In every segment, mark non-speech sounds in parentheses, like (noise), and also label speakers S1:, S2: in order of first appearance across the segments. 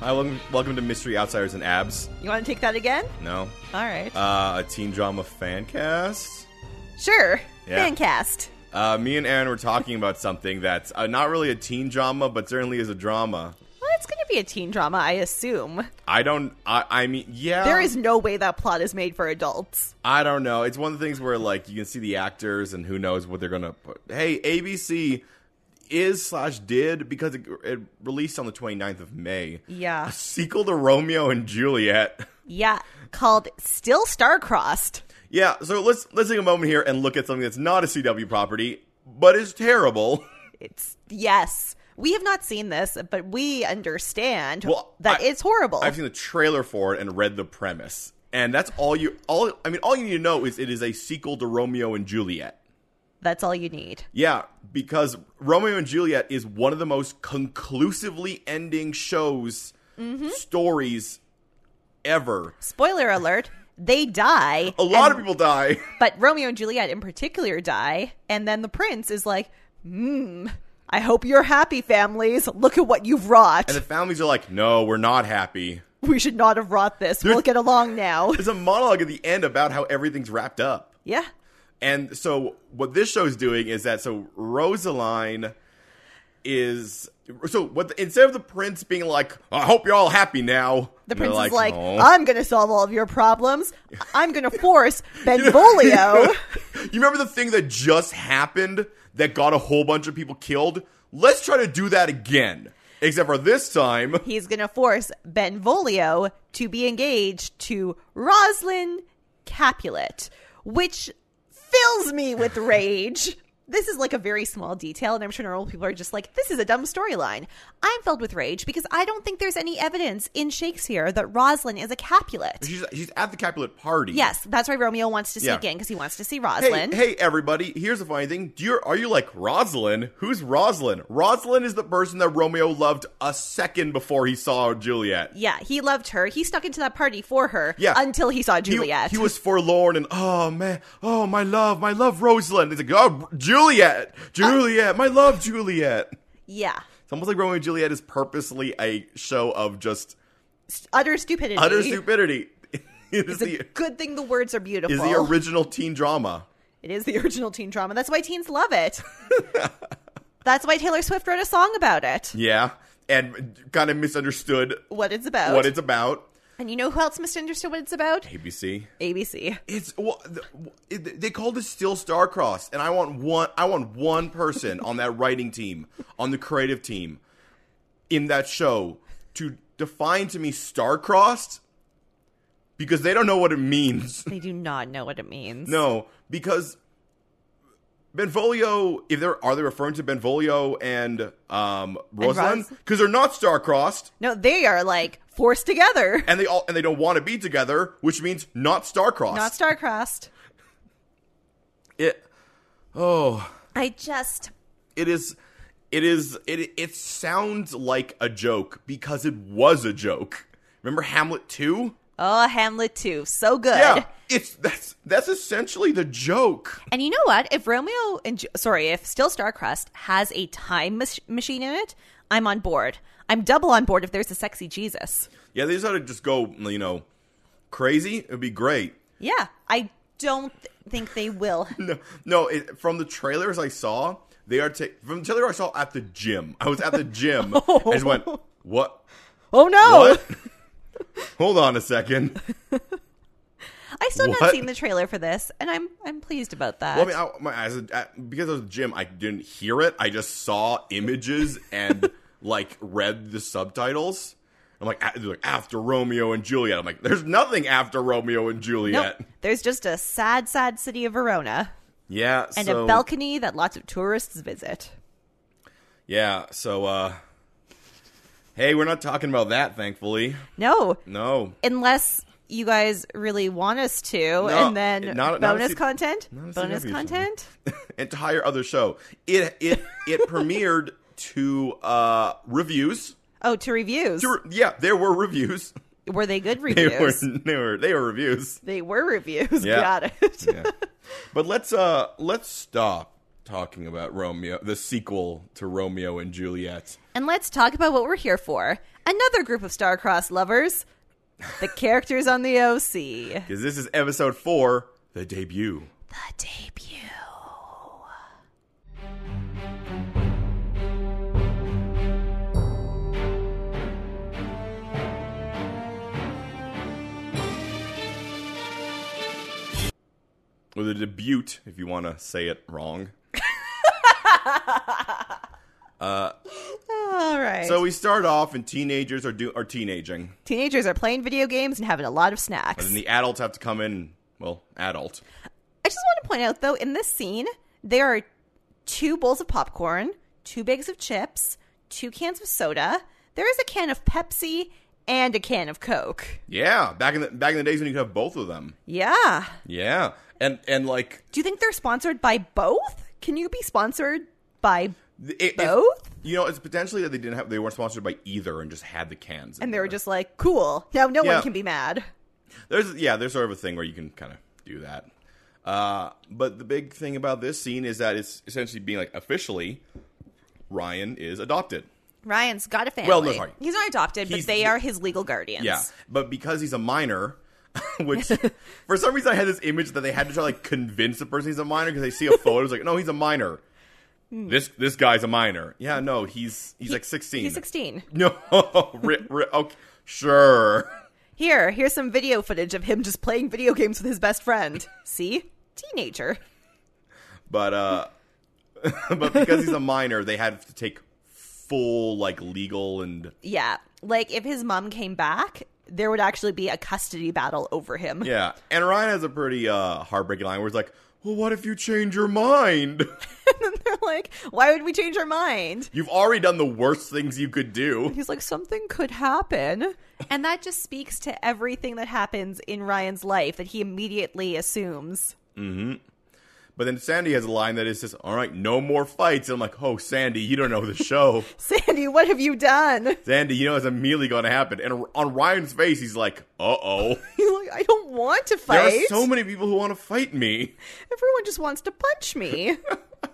S1: Hi, welcome, welcome to Mystery Outsiders and Abs.
S2: You want to take that again?
S1: No,
S2: All right.
S1: uh, a teen drama fan cast.
S2: sure.
S1: yeah.
S2: Fancast.
S1: Uh, me and Aaron were talking about something that's uh, not really a teen drama, but certainly is a drama.
S2: Well, it's going to be a teen drama, I assume.
S1: I don't. I, I mean, yeah.
S2: There is no way that plot is made for adults.
S1: I don't know. It's one of the things where like you can see the actors and who knows what they're gonna put. Hey, ABC is slash did because it, it released on the 29th of May.
S2: Yeah.
S1: A sequel to Romeo and Juliet. (laughs)
S2: Yeah. Called Still Star-Crossed.
S1: Yeah, so let's let's take a moment here and look at something that's not a CW property, but is terrible.
S2: It's yes. We have not seen this, but we understand
S1: Well,
S2: that
S1: I-
S2: it's horrible.
S1: I've seen the trailer for it and read the premise, and that's all you all. I mean, all you need to know is it is a sequel to Romeo and Juliet.
S2: That's all you need.
S1: Yeah, because Romeo and Juliet is one of the most conclusively ending shows stories ever.
S2: Spoiler alert, they die.
S1: A lot
S2: and-
S1: of people die. (laughs)
S2: But Romeo and Juliet in particular die, and then the prince is like, hmm, I hope you're happy, families. Look at what you've wrought.
S1: And the families are like, no, we're not happy.
S2: we should not have wrought this. We'll get along now.
S1: There's a monologue at the end about how everything's wrapped up.
S2: yeah.
S1: And so what this show's doing is that so Rosaline is so what the, instead of the prince being like, I hope you're all happy now.
S2: The
S1: and they're
S2: prince is like, "Uh-"
S1: "No."
S2: I'm going to solve all of your problems. I'm going to force Benvolio.
S1: you remember the thing that just happened that got a whole bunch of people killed? Let's try to do that again. Except for this time,
S2: He's going to force Benvolio to be engaged to Rosalind Capulet, which fills me with rage. This is like a very small detail, and I'm sure normal people are just like, this is a dumb storyline. I'm filled with rage because I don't think there's any evidence in Shakespeare that Rosalind is a Capulet.
S1: she's, she's at the Capulet party.
S2: Yes, that's why Romeo wants to
S1: Yeah.
S2: sneak in because he wants to see
S1: Hey,
S2: Rosalind.
S1: hey, everybody! Here's the funny thing: Do you are you like Rosalind? Who's Rosalind? Rosalind is the person that Romeo loved a second before he saw Juliet.
S2: Yeah, he loved her. He snuck into that party for her
S1: Yeah.
S2: until he saw
S1: He-
S2: Juliet.
S1: He, was forlorn and oh man, oh my love, my love, Rosalind. He's like, oh Juliet, Juliet, my love, Juliet.
S2: yeah.
S1: It's almost like Romeo and Juliet is purposely a show of just
S2: Utter stupidity.
S1: utter stupidity. (laughs) it is
S2: It's a
S1: the
S2: good thing the words are beautiful.
S1: is the original teen drama.
S2: It is the original teen drama. That's why teens
S1: (laughs)
S2: love it. That's why Taylor Swift wrote a song about it.
S1: Yeah, and kind of misunderstood
S2: What it's about.
S1: what it's about.
S2: and you know who else misunderstood what it's about?
S1: ABC.
S2: ABC.
S1: It's well, the- it, they called it still star-crossed, and I want one. I want one person on that writing team, on the creative team, in that show to define to me star-crossed, because they don't know what it means. (laughs)
S2: They do not know what it means.
S1: No, because Benvolio. If they're are they referring to Benvolio and um Rosalind?
S2: Ros-
S1: Because they're not star-crossed,
S2: No, they are like
S1: (laughs)
S2: forced together,
S1: and they all and they don't want to be together, which means not star-crossed.
S2: not star-crossed.
S1: it. Oh.
S2: I just
S1: it is it is it it sounds like a joke because it was a joke remember hamlet 2
S2: Oh, Hamlet too. So good.
S1: yeah it's that's that's essentially the joke
S2: And you know what? If Romeo and Ju- sorry, if Still Starcrust has a time mach- machine in it, I'm on board. I'm double on board if there's a sexy Jesus.
S1: yeah they just had to just go you know crazy it'd be great
S2: Yeah, I don't th- think they will.
S1: no no it, from the trailers i saw they are ta- from the trailer i saw at the gym i was at the (laughs) gym i just went what
S2: Oh no!
S1: what (laughs) hold on a second
S2: I still have
S1: What?
S2: not seen the trailer for this, and I'm I'm pleased about that.
S1: Well, I mean, I, my, as a, I- because I was at the gym, I didn't hear it. I just saw images
S2: (laughs)
S1: and like read the subtitles. I'm like, a- they're like, after Romeo and Juliet. I'm like, there's nothing after Romeo and
S2: nope.
S1: Juliet.
S2: There's just a sad, sad city of Verona
S1: Yeah,
S2: and
S1: so,
S2: a balcony that lots of tourists visit.
S1: Yeah, so uh, hey, we're not talking about that, thankfully.
S2: No,
S1: No, (laughs)
S2: unless you guys really want us to, and then
S1: not- not a
S2: bonus
S1: se-
S2: content,
S1: not a
S2: bonus
S1: CW show.
S2: content.
S1: entire other show. It it it
S2: (laughs)
S1: premiered to uh reviews.
S2: Oh, to reviews.
S1: There were- Yeah, there were reviews.
S2: Were they good
S1: (laughs) They
S2: reviews?
S1: were they were they were reviews.
S2: They were
S1: (laughs)
S2: reviews.
S1: Yeah.
S2: Got it.
S1: but let's uh let's stop talking about Romeo, the sequel to Romeo and Juliet.
S2: And let's talk about what we're here for. Another group of star-crossed lovers,
S1: (laughs)
S2: the characters on the OC.
S1: Because this is episode four, the debut.
S2: The debut.
S1: Or the debut, if you want to say it wrong.
S2: All right.
S1: So we start off, and teenagers are do are teenaging,
S2: Teenagers are playing video games and having a lot of
S1: but
S2: snacks.
S1: then the adults have to come in. And, well, adult.
S2: I just want to point out, though, in this scene, there are two bowls of popcorn, two bags of chips, two cans of soda. There is a can of Pepsi and a can of Coke.
S1: Yeah, back in the back in the days when you could have both of them.
S2: Yeah.
S1: Yeah, and and like
S2: Do you think they're sponsored by both? Can you be sponsored by
S1: th- it, it's-
S2: both?
S1: you know, it's potentially that they didn't have they weren't sponsored by either and just had the cans. in
S2: And they were
S1: there.
S2: just like, cool. Now no
S1: Yeah.
S2: one can be mad.
S1: There's yeah, there's sort of a thing where you can kind of do that. Uh, but the big thing about this scene is that it's essentially being like officially Ryan is adopted.
S2: Ryan's got a family.
S1: Well, no, sorry.
S2: He's not adopted,
S1: He's-
S2: but they are his legal guardians.
S1: Yeah, but because he's a minor, (laughs) which for some reason I had this image that they had to try to like convince the person he's a minor because they see a photo, it's like no, he's a minor. This this guy's a minor. Yeah, no, he's he's like sixteen.
S2: He's 16.
S1: (laughs) No, (laughs) ri- ri- okay, sure.
S2: Here, here's some video footage of him just playing video games with his best friend. See? Teenager.
S1: but uh (laughs) but because he's a minor they had to take full like legal and
S2: Yeah. Like if his mom came back, there would actually be a custody battle over him.
S1: yeah and ryan has a pretty uh heartbreaking line where he's like well what if you change your mind (laughs)
S2: and (laughs) they're like, why would we change our mind?
S1: you've already done the worst things you could do
S2: He's like, something could happen. And that just speaks to everything that happens in Ryan's life that he immediately assumes.
S1: but then sandy has a line that is just all right no more fights and i'm like oh sandy you don't know the show
S2: (laughs) Sandy, what have you done? (laughs)
S1: sandy you know it's immediately gonna happen and on ryan's face he's like uh-oh
S2: He's like, I don't want to
S1: there
S2: fight.
S1: are so many people who want to fight me
S2: Everyone just wants to punch me.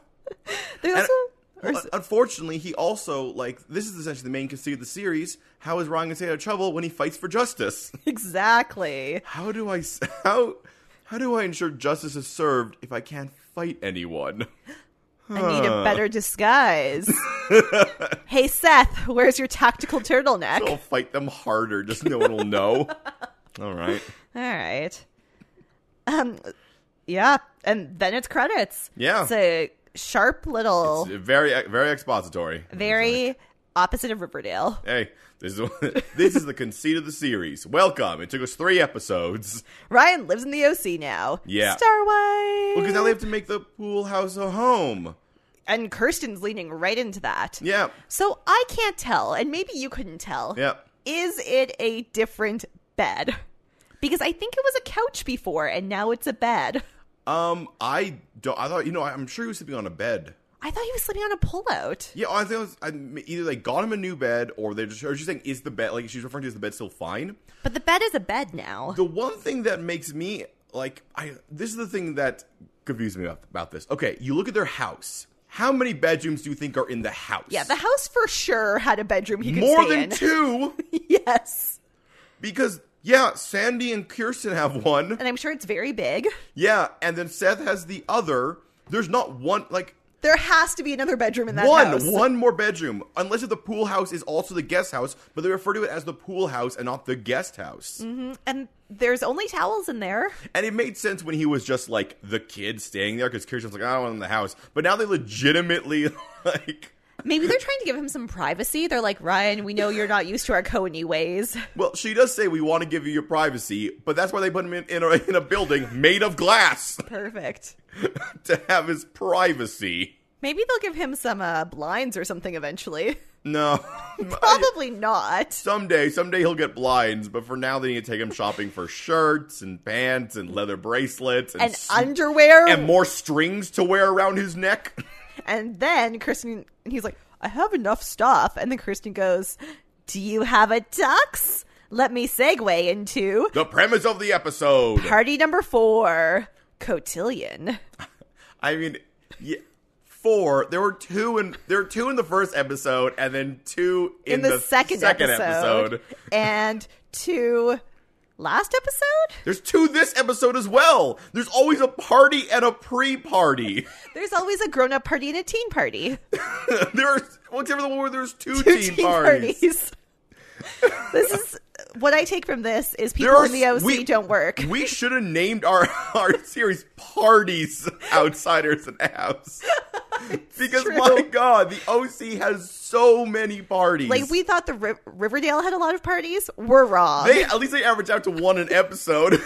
S1: (laughs)
S2: they
S1: And-
S2: also. (laughs) or
S1: Well,
S2: s-
S1: unfortunately, he also like this is essentially the main conceit of the series. How is Ryan gonna stay out of trouble when he fights for justice? (laughs)
S2: exactly.
S1: How do I s- how how do I ensure justice is served if I can't fight anyone? (laughs)
S2: I need a better disguise. hey, Seth, where's your tactical turtleneck?
S1: I'll fight them harder, just no one will know. (laughs) All right,
S2: All right. Um, yeah, and then it's credits.
S1: Yeah.
S2: it's a sharp little,
S1: It's very very expository.
S2: very opposite of Riverdale.
S1: Hey, this is (laughs) this is the conceit of the series. Welcome. It took us three episodes
S2: Ryan lives in the OC now.
S1: Yeah.
S2: Starway.
S1: because now they have to make the pool house a home.
S2: and Kirsten's leaning right into that.
S1: Yeah,
S2: So I can't tell, and maybe you couldn't tell.
S1: yeah.
S2: Is it a different bed? Because I think it was a couch before, and now it's a bed.
S1: Um, I don't. I thought you know. I'm sure he was sleeping on a bed.
S2: I thought he was sleeping on a pullout.
S1: Yeah, I think it was I, either they got him a new bed or they're just. Or she's saying is the bed like she's referring to is the bed still fine?
S2: But the bed is a bed now.
S1: The one thing that makes me like I this is the thing that confused me about, about this. Okay, you look at their house. How many bedrooms do you think are in the house?
S2: Yeah, the house for sure had a bedroom he could
S1: more
S2: stay
S1: than
S2: in. (laughs)
S1: two
S2: yes,
S1: because yeah, Sandy and Kirsten have one.
S2: and I'm sure it's very big.
S1: Yeah, and then Seth has the other. There's not one like
S2: There has to be another bedroom in that
S1: one
S2: house.
S1: one more bedroom unless if the pool house is also the guest house but they refer to it as the pool house and not the guest house
S2: Mm-hmm. and there's only towels in there.
S1: and it made sense when he was just like the kid staying there because kirsten's like i don't want him in the house but now they legitimately (laughs) like
S2: Maybe they're trying to give him some privacy. They're like, Ryan, we know you're not used to our
S1: (laughs)
S2: Cohen ways.
S1: well she does say we want to give you your privacy but that's why they put him in, in, a, in a building made of glass (laughs)
S2: Perfect.
S1: to have his privacy
S2: Maybe they'll give him some uh, blinds or
S1: (laughs)
S2: something eventually. (laughs)
S1: no
S2: Probably not.
S1: Someday, someday he'll get blinds, but for now they need to take him shopping for shirts and pants and leather bracelets and,
S2: And
S1: s-
S2: underwear,
S1: and
S2: and,
S1: more strings to wear around his neck.
S2: then Kristen, and he's like, I have enough stuff. And then Kristen goes, Do you have a tux? Let me segue into
S1: the premise of the episode.
S2: Party number four, Cotillion.
S1: I mean, yeah, four. There were two in there were two in the first episode, and then two in,
S2: in the, second, episode,
S1: episode.
S2: and two last episode.
S1: There's two this episode as well. There's always a party and a pre-party. (laughs)
S2: There's always a grown-up party and a teen party.
S1: there are what's the one where there's two,
S2: (laughs) Two
S1: teen, parties.
S2: (laughs) this is what I take from this is people
S1: There are
S2: in the
S1: s-
S2: OC
S1: we-
S2: don't work.
S1: We should have named our (laughs) our series "Parties Outsiders and Abs"
S2: (laughs)
S1: because
S2: true.
S1: my god, the OC has so many parties.
S2: Like we thought the Ri- Riverdale had a lot of parties. We're wrong.
S1: they at least they average out to one an episode. (laughs)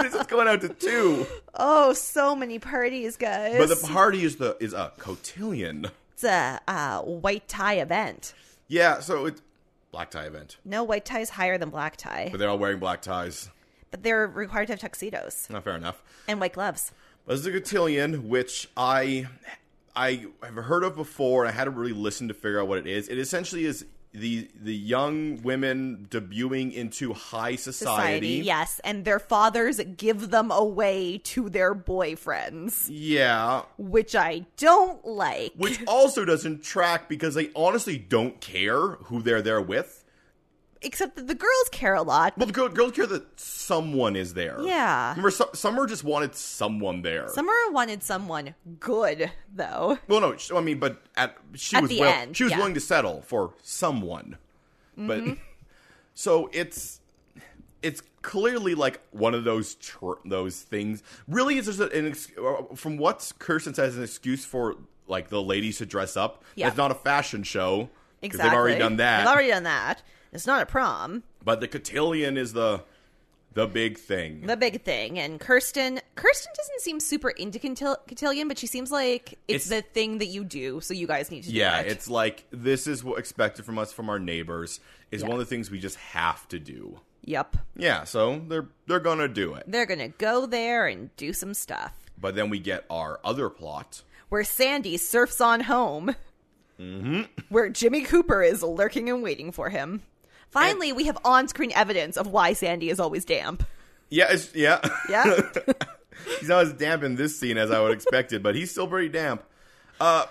S1: this is going out to two,
S2: oh, so many parties, guys.
S1: but the party is the is a cotillion.
S2: it's a uh, white tie event.
S1: Yeah, so it's black tie event,
S2: No, white tie is higher than black tie,
S1: but they're all wearing black ties.
S2: but they're required to have tuxedos
S1: Not fair enough.
S2: and white gloves.
S1: This is a cotillion, which I I have heard of before. and I had to really listen to figure out what it is. It essentially is the the young women debuting into high society.
S2: yes, and their fathers give them away to their boyfriends,
S1: Yeah,
S2: which I don't like.
S1: which also doesn't track because they honestly don't care who they're there with.
S2: Except that the girls care a lot.
S1: Well, the girl, girls care that someone is there.
S2: Yeah.
S1: remember, some, Summer just wanted someone there.
S2: Summer wanted someone good, though.
S1: Well, no, sh- I mean, but at she
S2: At
S1: was
S2: the
S1: will-
S2: end,
S1: she was
S2: yeah. Mm-hmm.
S1: willing to settle for someone, but (laughs) so it's it's clearly like one of those tr- those things. Really, it's just an ex- uh, from what Kirsten says an excuse for like the ladies to dress up.
S2: Yeah.
S1: It's not a fashion show. 'cause
S2: Exactly.
S1: They've already done that.
S2: They've already done that. It's not a prom.
S1: but the cotillion is the the big thing.
S2: The big thing. And Kirsten, Kirsten doesn't seem super into cotil- cotillion, but she seems like it's,
S1: It's-
S2: the thing that you do, so you guys need to
S1: yeah,
S2: do it.
S1: it's like this is what expected from us from our neighbors is
S2: Yeah.
S1: one of the things we just have to do.
S2: Yep.
S1: Yeah, so they're they're gonna do it.
S2: They're going to go there and do some stuff.
S1: But then we get our other plot.
S2: Where Sandy surfs on home. Mm-hmm. Where Jimmy Cooper is lurking and waiting for him. Finally, we have on screen evidence of why Sandy is
S1: (laughs)
S2: always damp.
S1: Yeah, it's, yeah. (laughs)
S2: Yeah?
S1: he's not as damp in this scene as I would expected, but he's still pretty damp. Uh,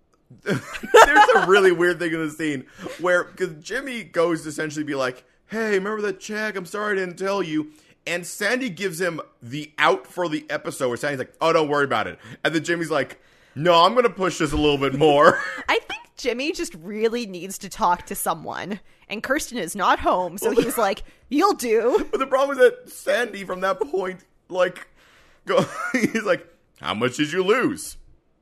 S1: (laughs) there's a really weird thing in the scene where because Jimmy goes to essentially be like, "Hey, remember that check? I'm sorry I didn't tell you." And Sandy gives him the out for the episode where Sandy's like, "Oh, don't worry about it," and then Jimmy's like, "No, I'm gonna push this a little bit more."
S2: I think Jimmy just really needs to talk to someone. And Kirsten is not home, so he's like, You'll do.
S1: But the problem is that Sandy, from that point, like, go, (laughs) he's like, "How much did you lose?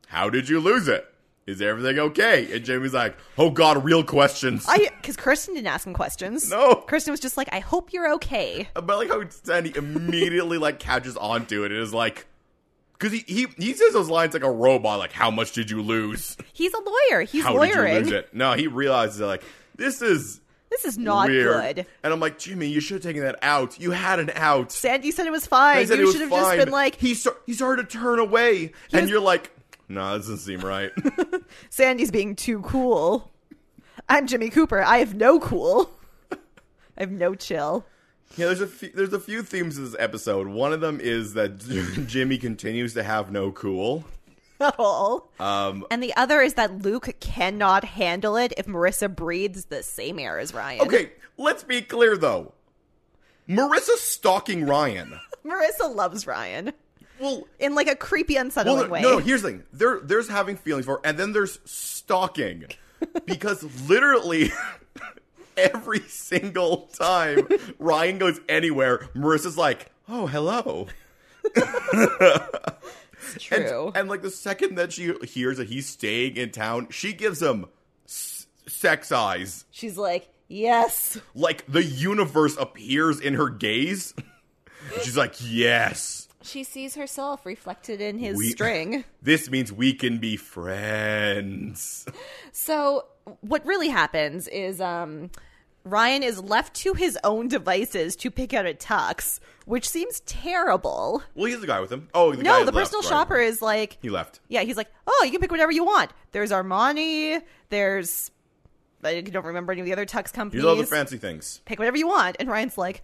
S1: How did you lose it? Is everything okay?" And Jamie's like, "Oh God, real questions."
S2: I because Kirsten didn't ask him questions.
S1: No.
S2: Kirsten was just like, I hope you're okay.
S1: (laughs) but I like how Sandy immediately like catches onto it and is like, because he, he he says those lines like a robot, like, "How much did you lose?
S2: He's a lawyer. He's
S1: How did you
S2: lawyering.
S1: lose it?" No, he realizes like this is.
S2: This is not
S1: weird.
S2: good.
S1: And I'm like, Jimmy, you should have taken that out. You had an out.
S2: Sandy said it was
S1: I
S2: fine.
S1: said it
S2: You
S1: was
S2: should have
S1: fine.
S2: just been like,
S1: he star- he started to turn away, and
S2: was-
S1: you're like, nah, that doesn't seem (laughs) right.
S2: Sandy's being too cool. I'm Jimmy Cooper. I have no cool. (laughs) I have no chill.
S1: yeah, there's a few, there's a few themes in this episode. One of them is that (laughs) Jimmy continues to have no cool.
S2: at all.
S1: Um,
S2: and the other is that Luke cannot handle it if Marissa breathes the same air as Ryan.
S1: Okay, let's be clear though. Marissa stalking Ryan.
S2: Marissa loves Ryan
S1: (laughs) Well,
S2: in like a creepy, unsettling
S1: well no,
S2: way.
S1: no, no, here's the thing. There, there's having feelings for, and then there's (laughs) stalking, because literally. (laughs) Every single time Ryan goes anywhere, Marissa's like, "Oh, hello."
S2: It's
S1: And-
S2: true.
S1: And, like the second that she hears that he's staying in town, she gives him s- sex eyes.
S2: She's like, yes,
S1: Like the universe appears in her gaze. (laughs) She's like, "Yes,
S2: she sees herself reflected in his
S1: We- (laughs)
S2: string.
S1: this means we can be friends."
S2: So what really happens is, um. Ryan is left to his own devices to pick out a tux, which seems terrible.
S1: Well, he's the guy with him. Oh, the guy
S2: no, the
S1: left,
S2: personal
S1: right.
S2: shopper is like,
S1: He left.
S2: Yeah, he's like, oh, you can pick whatever you want. There's Armani. There's I don't remember any of the other tux
S1: You
S2: companies.
S1: love the fancy things.
S2: pick whatever you want. And Ryan's like,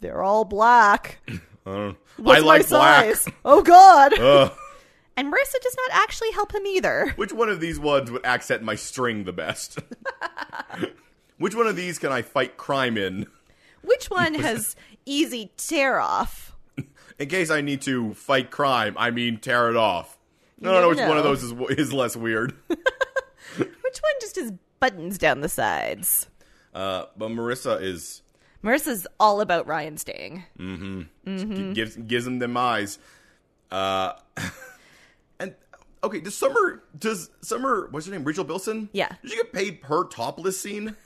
S2: they're all black.
S1: I don't.
S2: What's
S1: I like
S2: my
S1: black.
S2: size? Oh
S1: (laughs)
S2: God.
S1: Ugh.
S2: And Marissa does not actually help him either.
S1: Which one of these ones would accent my string the
S2: (laughs)
S1: best? Which one of these can I fight crime in?
S2: Which
S1: (laughs)
S2: one has easy tear off?
S1: In case I need to fight crime, I mean tear it off. I don't know which one
S2: No.
S1: of those is, is less weird. (laughs)
S2: Which one just has buttons down the sides?
S1: Uh, but Marissa is
S2: Marissa's all about Ryan staying. Mm-hmm.
S1: G- gives gives him them eyes. Uh, (laughs) and okay, does Summer does Summer what's her name Rachel Bilson?
S2: Yeah.
S1: did she get paid per topless scene?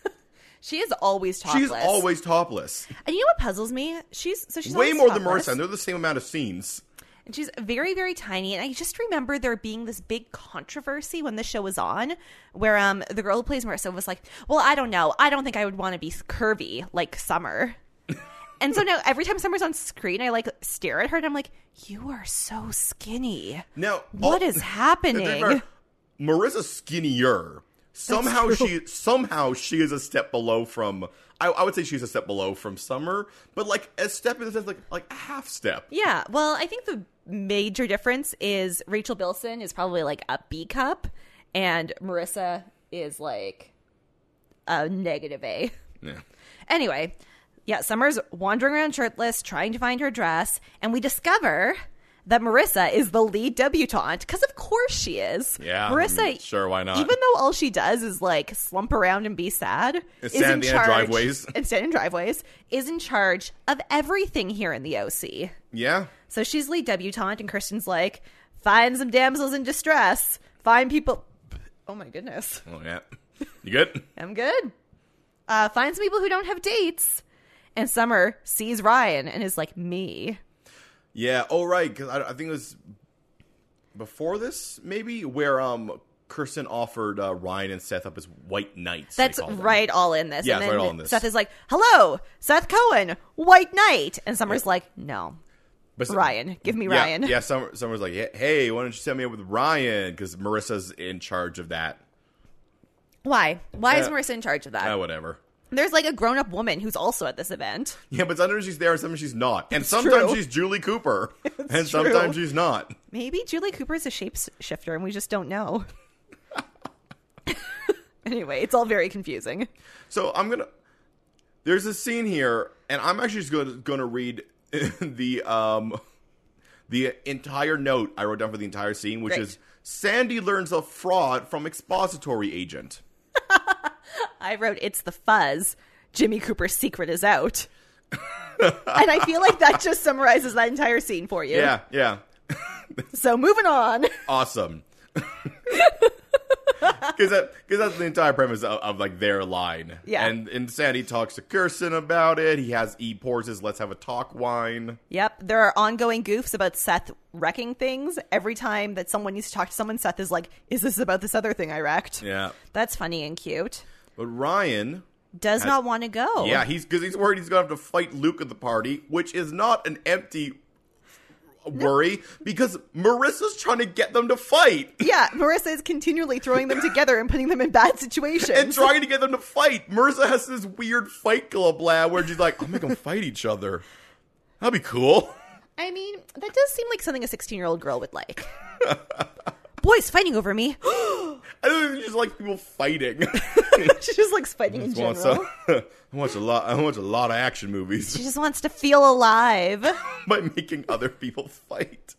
S2: She is always topless.
S1: She's always topless,
S2: And you know what puzzles me? She's so she's
S1: way
S2: always
S1: more than
S2: topless,
S1: Marissa, and they're the same amount of scenes.
S2: And she's very very tiny. And I just remember there being this big controversy when the show was on, where um the girl who plays Marissa was like, "Well, I don't know. I don't think I would want to be curvy like Summer." and so now every time Summer's on screen, I like stare at her and I'm like, "You are so skinny.
S1: Now,
S2: What
S1: all-
S2: is
S1: the thing
S2: happening?"
S1: about- Marissa's skinnier. Somehow
S2: true.
S1: she somehow she is a step below from I, I would say she's a step below from Summer, but like a step in the sense like like a half step.
S2: Yeah. Well, I think the major difference is Rachel Bilson is probably like a B cup, and Marissa is like a negative A.
S1: Yeah.
S2: Anyway, yeah, Summer's wandering around shirtless, trying to find her dress, and we discover that Marissa is the lead debutante because, of course, she is.
S1: Yeah, I
S2: Marissa.
S1: mean, sure, why not?
S2: Even though all she does is like slump around and be sad,
S1: And
S2: is in
S1: stand in
S2: charge
S1: driveways.
S2: (laughs) and stand in driveways, is in charge of everything here in the OC.
S1: Yeah.
S2: So she's lead debutante, and Kirsten's like, find some damsels in distress. Find people. Oh my goodness.
S1: Oh yeah. You good?
S2: I'm good. Uh, find some people who don't have dates. And Summer sees Ryan and is like, me.
S1: Yeah. Oh, right. Because I, I think it was before this, maybe where um Kirsten offered uh, Ryan and Seth up as white knights. they
S2: That's
S1: called them.
S2: right all in this.
S1: Yeah,
S2: and
S1: it's
S2: then
S1: right all in this.
S2: Seth is like, hello, Seth Cohen, White Knight. And Summer's like, no,
S1: But-
S2: Ryan. Give me
S1: Yeah,
S2: Ryan.
S1: Yeah. Summer, Summer's like, "Hey, hey, why don't you set me up with Ryan? Because Marissa's in charge of that.
S2: Why? Why is
S1: Yeah.
S2: Marissa in charge of that?
S1: Ah, whatever.
S2: There's like a grown up woman who's also at this event.
S1: (laughs) Yeah, but sometimes she's there, and sometimes she's not, and sometimes
S2: true.
S1: she's Julie
S2: (laughs)
S1: Cooper, and sometimes she's not.
S2: Maybe Julie Cooper is a shapeshifter and we just don't know. (laughs) anyway, it's all very confusing.
S1: So I'm gonna. There's a scene here, and I'm actually just gonna, gonna read (laughs) the um the entire note I wrote down for the entire scene, which
S2: Great.
S1: is Sandy learns of fraud from expository agent.
S2: I wrote, It's the fuzz. Jimmy Cooper's secret is out. (laughs) and I feel like that just summarizes that entire scene for you.
S1: Yeah, yeah,
S2: So moving on.
S1: awesome. (laughs) Because that, 'cause that's the entire premise of, of like their line.
S2: Yeah.
S1: and and Sandy talks to Kirsten about it. He has he pours his let's have a talk wine.
S2: (laughs) Yep. There are ongoing goofs about Seth wrecking things. Every time that someone needs to talk to someone, Seth is like, Is this about this other thing I wrecked?
S1: Yeah,
S2: That's funny and cute.
S1: but Ryan
S2: Does not want to go.
S1: Yeah, he's because he's worried he's gonna have to fight Luke at the party, which is not an empty worry because Marissa's trying to get them to fight
S2: (laughs) Yeah, Marissa is continually throwing them together and putting them in bad situations. (laughs)
S1: and trying to get them to fight. Marissa has this weird fight club lab where she's like, "I'll make them fight each other. That'd be cool."
S2: I mean, that does seem like something a 16 year old girl would like. (laughs) Boys fighting over (laughs) me.
S1: I don't think she just like people (laughs) fighting.
S2: she just likes fighting in
S1: Just wants
S2: general.
S1: a- (laughs) I watch a lot. I watch a lot of action
S2: She
S1: movies (laughs)
S2: just wants to feel alive. (laughs)
S1: by making other people fight.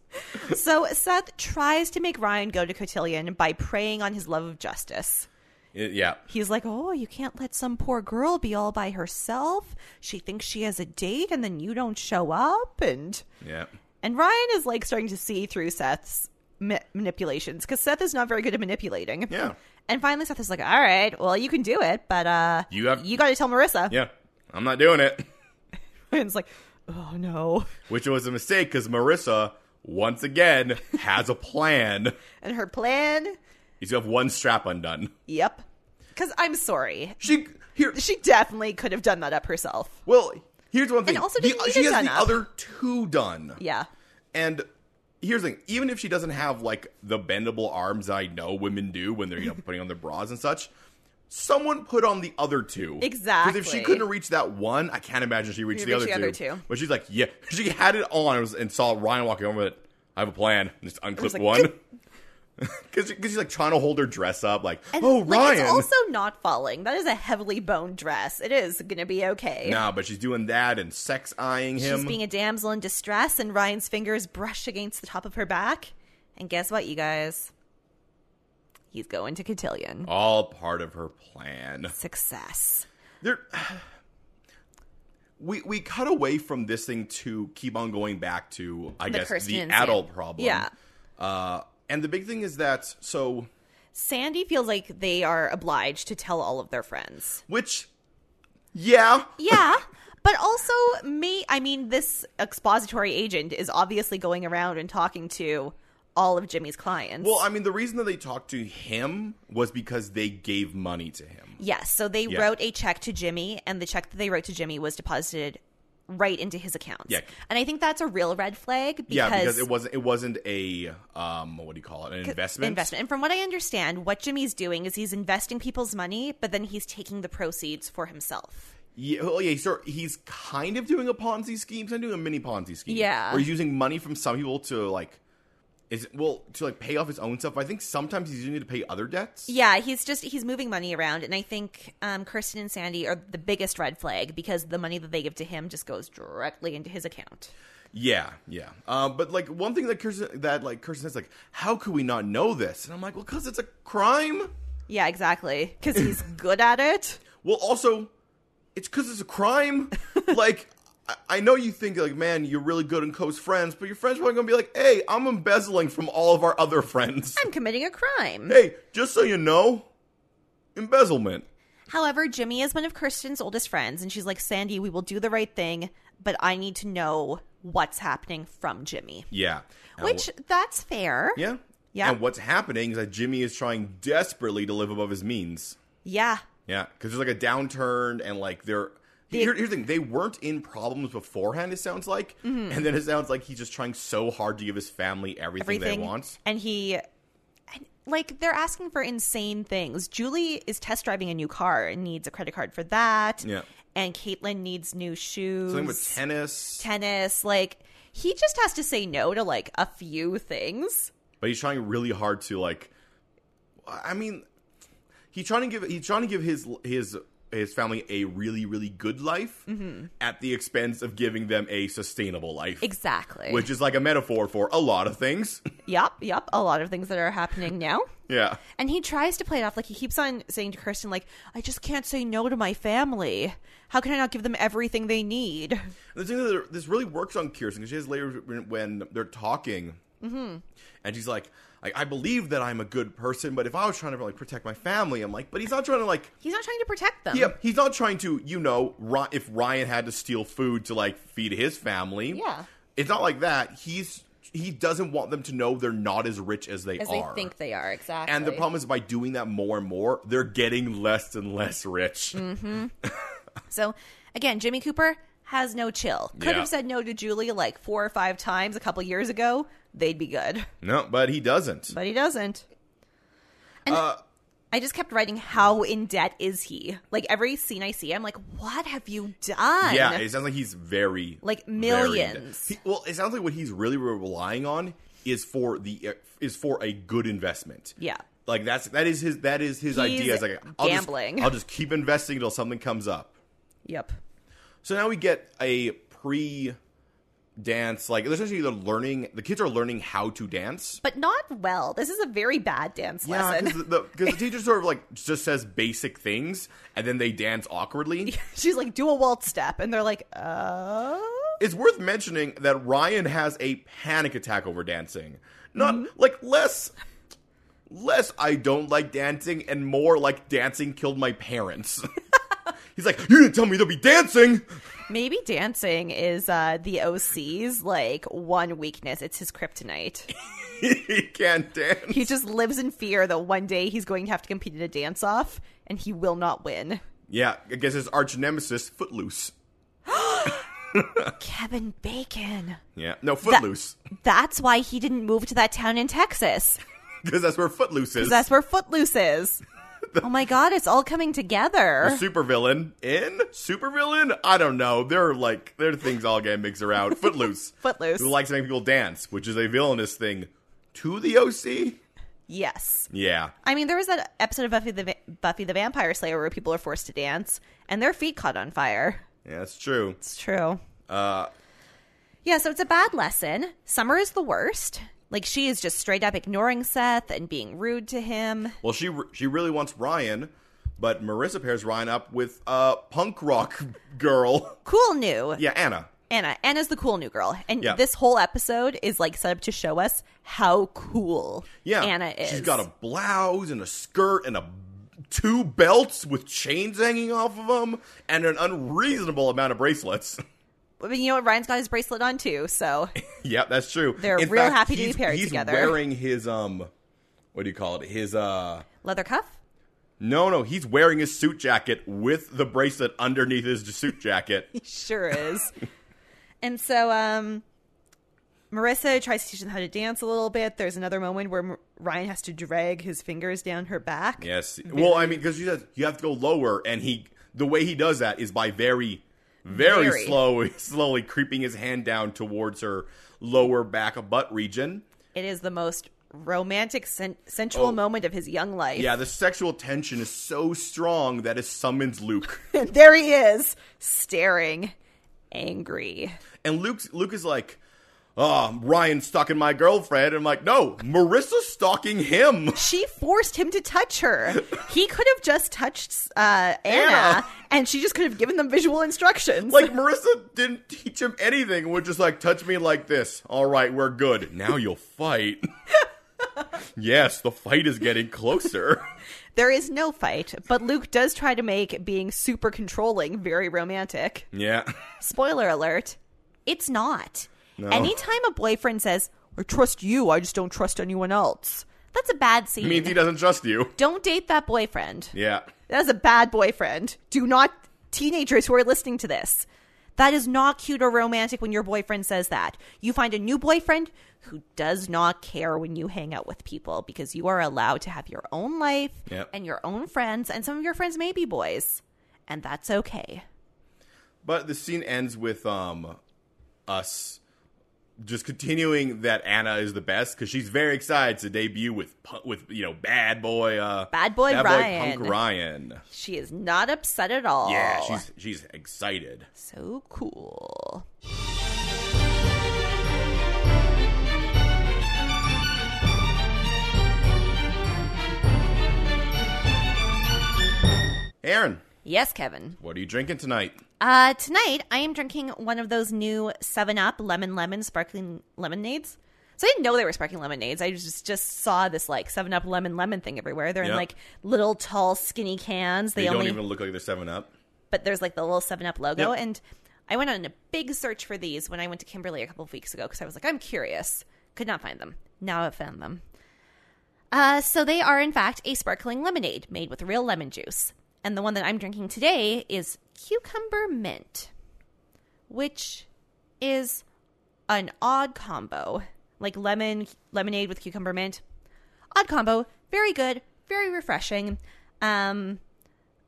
S2: so Seth tries to make Ryan go to Cotillion by preying on his love of justice.
S1: Yeah,
S2: He's like, Oh, you can't let some poor girl be all by herself. She thinks she has a date and then you don't show up and
S1: yeah.
S2: and Ryan is like starting to see through Seth's ma- manipulations because Seth is not very good at manipulating.
S1: Yeah.
S2: And finally, Seth is like, "All right, well, you can do it, but uh,
S1: You have-
S2: you got to tell Marissa."
S1: Yeah, I'm not doing it.
S2: (laughs) And it's like, "Oh no!"
S1: which was a mistake because Marissa once again has a plan.
S2: And her plan,
S1: He's gonna have one strap undone.
S2: yep. Because I'm sorry,
S1: She here.
S2: she definitely could have done that up herself.
S1: Well, here's one thing.
S2: also didn't need
S1: she
S2: it
S1: has
S2: done
S1: the
S2: up.
S1: other two done.
S2: Yeah,
S1: And here's the thing: even if she doesn't have like the bendable arms I know women do when they're you know putting on their bras and such. Someone put on the other two. Because if she
S2: Exactly.
S1: couldn't reach that one, I can't imagine she reached
S2: She
S1: the,
S2: reached
S1: other, (laughs)
S2: the other
S1: two.
S2: two.
S1: But she's like, yeah, she had it on and saw Ryan walking over with it. I have a plan. Just unclip
S2: like,
S1: one. (laughs) Because she's like trying to hold her dress up, like, oh,
S2: like,
S1: Ryan.
S2: It's also not falling. That is a heavily boned dress. It is going to be okay.
S1: nah, but she's doing that and sex eyeing
S2: She's
S1: him.
S2: being a damsel in distress, and Ryan's fingers brush against the top of her back. And guess what, you guys? He's going to Cotillion.
S1: All part of her plan.
S2: Success.
S1: There, (sighs) we we cut away from this thing to keep on going back to, I
S2: The
S1: guess,
S2: Kirsten
S1: the
S2: and Sam.
S1: adult problem.
S2: Yeah.
S1: Uh, and the big thing is that so,
S2: Sandy feels like they are obliged to tell all of their friends.
S1: which, yeah,
S2: Yeah. (laughs) But also, me, I mean, this expository agent is obviously going around and talking to all of Jimmy's clients.
S1: Well, I mean, the reason that they talked to him was because they gave money to him.
S2: Yes. So they
S1: Yeah.
S2: wrote a check to Jimmy, and the check that they wrote to Jimmy was deposited right into his account.
S1: Yeah.
S2: And I think that's a real red flag because,
S1: yeah, because it wasn't it wasn't a um what do you call it an investment
S2: investment. And from what I understand, what Jimmy's doing is he's investing people's money, but then he's taking the proceeds for himself.
S1: Yeah, well, yeah. So he's kind of doing a Ponzi scheme. So doing a mini Ponzi scheme.
S2: Yeah.
S1: where he's using money from some people to like is well to like pay off his own stuff. I think sometimes he's using it to pay other debts.
S2: Yeah, he's just he's moving money around, and I think um, Kirsten and Sandy are the biggest red flag because the money that they give to him just goes directly into his account.
S1: Yeah, yeah. Um, but like one thing that Kirsten that like Kirsten says like, how could we not know this? And I'm like, well, because it's a crime.
S2: Yeah, exactly. Because
S1: (laughs)
S2: he's good at it.
S1: Well, also, it's because it's a
S2: (laughs)
S1: crime. like, I, I know you think, like, man, you're really good in close friends, but your friend's probably going to be like, hey, I'm embezzling from all of our other friends.
S2: I'm committing a crime.
S1: hey, just so you know, embezzlement.
S2: However, Jimmy is one of Kirsten's oldest friends, and she's like, Sandy, we will do the right thing, but I need to know what's happening from Jimmy.
S1: Yeah. And
S2: Which,
S1: wh-
S2: that's fair.
S1: yeah.
S2: Yeah.
S1: And what's happening is that Jimmy is trying desperately to live above his means.
S2: Yeah.
S1: Yeah, because there's like a downturn and like they're. Here, here's the thing: they weren't in problems beforehand. It sounds like,
S2: Mm-hmm.
S1: and then it sounds like he's just trying so hard to give his family everything,
S2: Everything.
S1: they want.
S2: And he, and, like, they're asking for insane things. Julie is test driving a new car and needs a credit card for that.
S1: Yeah.
S2: And Caitlin needs new shoes.
S1: Something with tennis,
S2: tennis. Like, he just has to say no to, like, a few things.
S1: but he's trying really hard to like. I mean, he's trying to give he's trying to give his his his family a really really good life at the expense of giving them a sustainable life,
S2: Exactly.
S1: which is like a metaphor for a lot of things. (laughs)
S2: Yep, yep. A lot of things that are happening now.
S1: yeah,
S2: And he tries to play it off like he keeps on saying to Kirsten, like, I just can't say no to my family. How can I not give them everything they need?
S1: the thing that this really works on Kirsten because she has later when- when they're talking, and she's like. I, I believe that I'm a good person, but if I was trying to like protect my family, I'm like, but he's not trying to like
S2: He's not trying to protect them.
S1: Yeah, he's not trying to, you know, Ry- if Ryan had to steal food to like feed his family.
S2: Yeah.
S1: it's not like that. He's he doesn't want them to know they're not as rich as they
S2: As
S1: are.
S2: they think they are, exactly.
S1: and the problem is by doing that more and more, they're getting less and less rich.
S2: Mm-hmm. So, again, Jimmy Cooper has no chill. Could
S1: Yeah.
S2: have said no to Julie like four or five times a couple years ago. They'd be good.
S1: No, but he doesn't.
S2: But he doesn't. And
S1: Uh,
S2: I just kept writing, how in debt is he? Like, every scene I see, I'm like, what have you done?
S1: yeah, it sounds like he's very
S2: Like
S1: very
S2: millions.
S1: in debt. He- well, it sounds like what he's really relying on is for the uh, is for a good investment.
S2: Yeah.
S1: Like that's that is his that is his idea. It's like I'll
S2: gambling.
S1: Just, I'll just keep investing until something comes up.
S2: Yep.
S1: So now we get a pre dance like they're essentially they're learning the kids are learning how to dance.
S2: but not well. This is a very bad dance
S1: Yeah,
S2: lesson.
S1: because the, because the teacher sort of like just says basic things and then they dance awkwardly.
S2: (laughs) She's like, do a waltz step, and they're like, oh,
S1: It's worth mentioning that Ryan has a panic attack over dancing. Not like less less I don't like dancing and more like dancing killed my parents. He's like, You didn't tell me there'll be dancing. (laughs)
S2: maybe dancing is uh, the OC's like one weakness. It's his kryptonite.
S1: he can't dance.
S2: he just lives in fear that one day he's going to have to compete in a dance off, and he will not win.
S1: Yeah, I guess his arch nemesis, Footloose.
S2: Kevin Bacon.
S1: Yeah. No, Footloose. (laughs)
S2: That's why he didn't move to that town in Texas.
S1: Because that's where Footloose is.
S2: That's where Footloose is. Oh my god, it's all coming together.
S1: supervillain in supervillain. I don't know. There are like there are things all get mixed
S2: (laughs)
S1: around. Footloose,
S2: Footloose.
S1: who likes to make people dance, which is a villainous thing to the OC.
S2: yes.
S1: Yeah,
S2: I mean, there was that episode of Buffy the Va- Buffy the Vampire Slayer where people are forced to dance and their feet caught on fire.
S1: yeah, that's true.
S2: It's true.
S1: Uh,
S2: Yeah, so it's a bad lesson. Summer is the worst. Like she is just straight up ignoring Seth and being rude to him.
S1: well, she re- she really wants Ryan, but Marissa pairs Ryan up with a uh, punk rock (laughs) girl.
S2: Cool new
S1: Yeah, Anna.
S2: Anna. Anna's the cool new girl, and
S1: Yeah.
S2: this whole episode is like set up to show us how cool
S1: Yeah,
S2: Anna is.
S1: She's got a blouse and a skirt and a two belts with chains hanging off of them and an unreasonable amount of bracelets. (laughs)
S2: I mean, you know what? Ryan's got his bracelet on too. So
S1: Yeah, that's true.
S2: They're real happy to be
S1: he's-
S2: paired
S1: he's
S2: together.
S1: wearing his um, what do you call it? His uh,
S2: leather cuff.
S1: no, no, he's wearing his suit jacket with the bracelet underneath his suit
S2: (laughs)
S1: jacket.
S2: Sure is. (laughs) and so um Marissa tries to teach them how to dance a little bit. There's another moment where M- Ryan has to drag his fingers down her back.
S1: yes. Well, I mean, because she says you have to go lower, and he the way he does that is by very, very,
S2: Very.
S1: slow, (laughs) slowly creeping his hand down towards her lower back butt region.
S2: It is the most romantic, sen- sensual
S1: Oh.
S2: moment of his young life.
S1: Yeah, the sexual tension is so strong that it summons Luke.
S2: and (laughs) there he is, staring, angry.
S1: And Luke's Luke is like, "Oh, Ryan's stalking my girlfriend." I'm like, "No, Marissa's stalking him." (laughs)
S2: She forced him to touch her. He could have just touched uh, Anna,
S1: Anna.
S2: and she just could have given them visual instructions.
S1: Like Marissa didn't teach him anything. Would just like touch me like this. All right, we're good. Now you'll fight. (laughs) yes, the fight is getting closer. (laughs)
S2: there is no fight, but Luke does try to make being super controlling very romantic.
S1: yeah. (laughs)
S2: spoiler alert, it's not.
S1: No.
S2: Anytime a boyfriend says, I trust you, I just don't trust anyone else, that's a bad scene.
S1: It means he doesn't trust you.
S2: don't date that boyfriend.
S1: Yeah.
S2: That is a bad boyfriend. Do not, teenagers who are listening to this, that is not cute or romantic when your boyfriend says that. You find a new boyfriend who does not care when you hang out with people because you are allowed to have your own life
S1: Yep.
S2: and your own friends, and some of your friends may be boys, and that's okay.
S1: But the scene ends with um us just continuing that Anna is the best cuz she's very excited to debut with pu- with you know bad boy uh
S2: Bad boy Ryan. Oh.
S1: punk Ryan.
S2: She is not upset at all.
S1: Yeah, she's she's excited.
S2: So cool.
S1: Aaron,
S2: Yes, Kevin.
S1: what are you drinking tonight?
S2: Uh, tonight I am drinking one of those new Seven Up Lemon Lemon Sparkling Lemonades. So I didn't know they were sparkling lemonades. I just just saw this like Seven Up Lemon Lemon thing everywhere. They're in
S1: Yeah.
S2: like little tall skinny cans. They,
S1: They
S2: only
S1: don't even look like they're 7 up.
S2: but there's like the little Seven Up logo.
S1: Yep.
S2: And I went on a big search for these when I went to Kimberly a couple of weeks ago because I was like, I'm curious. Could not find them. Now I've found them. Uh, so they are in fact a sparkling lemonade made with real lemon juice, and the one that I'm drinking today is cucumber mint, which is an odd combo, like lemon lemonade with cucumber mint. Odd combo, very good, very refreshing. Um,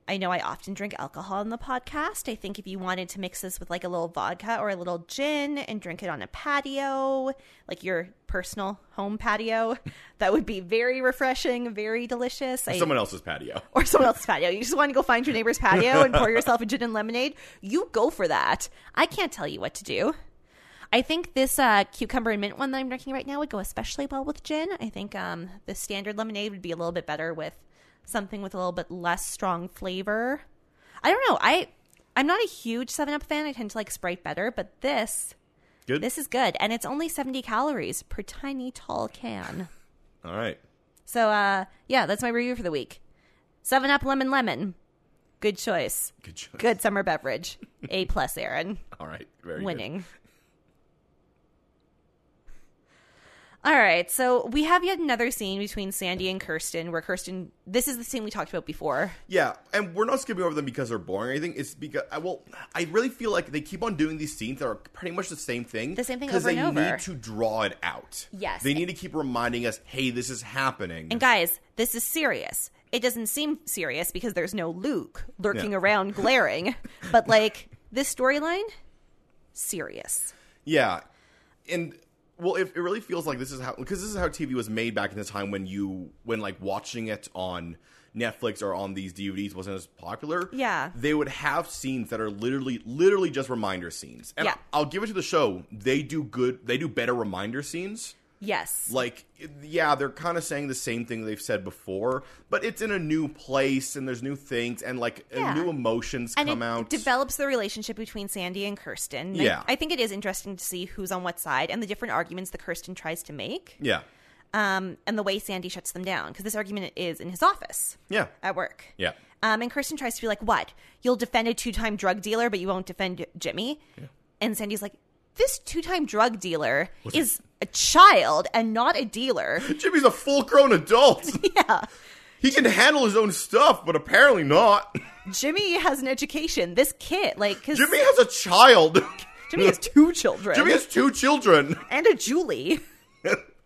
S2: I know I often drink alcohol in the podcast. I think if you wanted to mix this with like a little vodka or a little gin and drink it on a patio, like your personal home patio, (laughs) that would be very refreshing, very delicious. I-
S1: Someone else's patio.
S2: or someone else's patio. You just want to go find your neighbor's patio and pour yourself a gin and lemonade. You go for that. I can't tell you what to do. I think this uh, cucumber and mint one that I'm drinking right now would go especially well with gin. I think um, the standard lemonade would be a little bit better with something with a little bit less strong flavor. I don't know. I I'm not a huge Seven Up fan. I tend to like Sprite better, but this
S1: Good.
S2: this is good, and it's only 70 calories per tiny tall can.
S1: All right.
S2: So uh yeah, that's my review for the week. Seven up lemon lemon. Good choice.
S1: Good job.
S2: Good summer beverage. A
S1: (laughs)
S2: plus Aaron.
S1: All right. Very Good.
S2: Winning. All right, so we have yet another scene between Sandy and Kirsten where Kirsten this is the scene we talked about before.
S1: Yeah, and we're not skipping over them because they're boring or anything. It's because I well, I really feel like they keep on doing these scenes that are pretty much the same thing.
S2: The same thing
S1: because
S2: over
S1: they
S2: and over.
S1: need to draw it out.
S2: Yes.
S1: they need to keep reminding us, "Hey, this is happening."
S2: And guys, this is serious. it doesn't seem serious because there's no Luke lurking
S1: Yeah. (laughs)
S2: around glaring. But like this storyline, serious.
S1: Yeah, and well, if it really feels like this is how because this is how TV was made back in the time when you when like watching it on Netflix or on these DVDs wasn't as popular.
S2: Yeah.
S1: they would have scenes that are literally literally just reminder scenes. And
S2: Yeah.
S1: I'll give it to the show; they do good. They do better reminder scenes.
S2: Yes.
S1: Like, yeah, they're kind of saying the same thing they've said before, but it's in a new place and there's new things and like
S2: Yeah.
S1: new emotions
S2: and
S1: come
S2: it
S1: out.
S2: develops the relationship between Sandy and Kirsten. And I-
S1: Yeah.
S2: I, think it is interesting to see who's on what side and the different arguments that Kirsten tries to make,
S1: yeah,
S2: um, and the way Sandy shuts them down because this argument is in his office
S1: yeah,
S2: at work.
S1: yeah.
S2: Um, and Kirsten tries to be like, "What? You'll defend a two-time drug dealer, but you won't defend Jimmy." And Sandy's like, "This two-time drug dealer is a child and not a dealer." (laughs)
S1: Jimmy's a full grown adult.
S2: yeah,
S1: He can handle his own stuff, but apparently
S2: (laughs)
S1: not.
S2: Jimmy has an education. This kid, like, because
S1: Jimmy has a child.
S2: Jimmy has two
S1: (laughs)
S2: children
S1: Jimmy has two children. (laughs)
S2: and a Julie.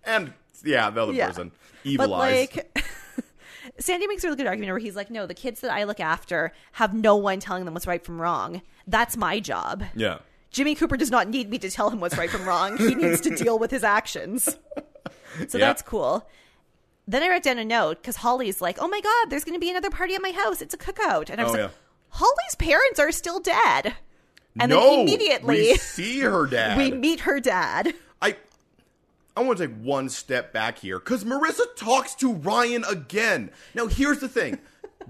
S1: and yeah, the other
S2: Yeah.
S1: person. Evil eyes.
S2: like (laughs) sandy makes a really good argument where he's like no the kids that i look after have no one telling them what's right from wrong that's my job
S1: yeah.
S2: jimmy cooper does not need me to tell him what's right from wrong he needs to deal with
S1: (laughs)
S2: his actions so
S1: Yeah.
S2: that's cool then i wrote down a note because holly's like oh my god there's going to be another party at my house it's a cookout and i was
S1: Oh,
S2: like
S1: yeah.
S2: holly's parents are still dead and
S1: no,
S2: then immediately
S1: we see her dad.
S2: (laughs) we meet her dad
S1: I I want to take one step back here because Marissa talks to Ryan again. Now, here's the thing.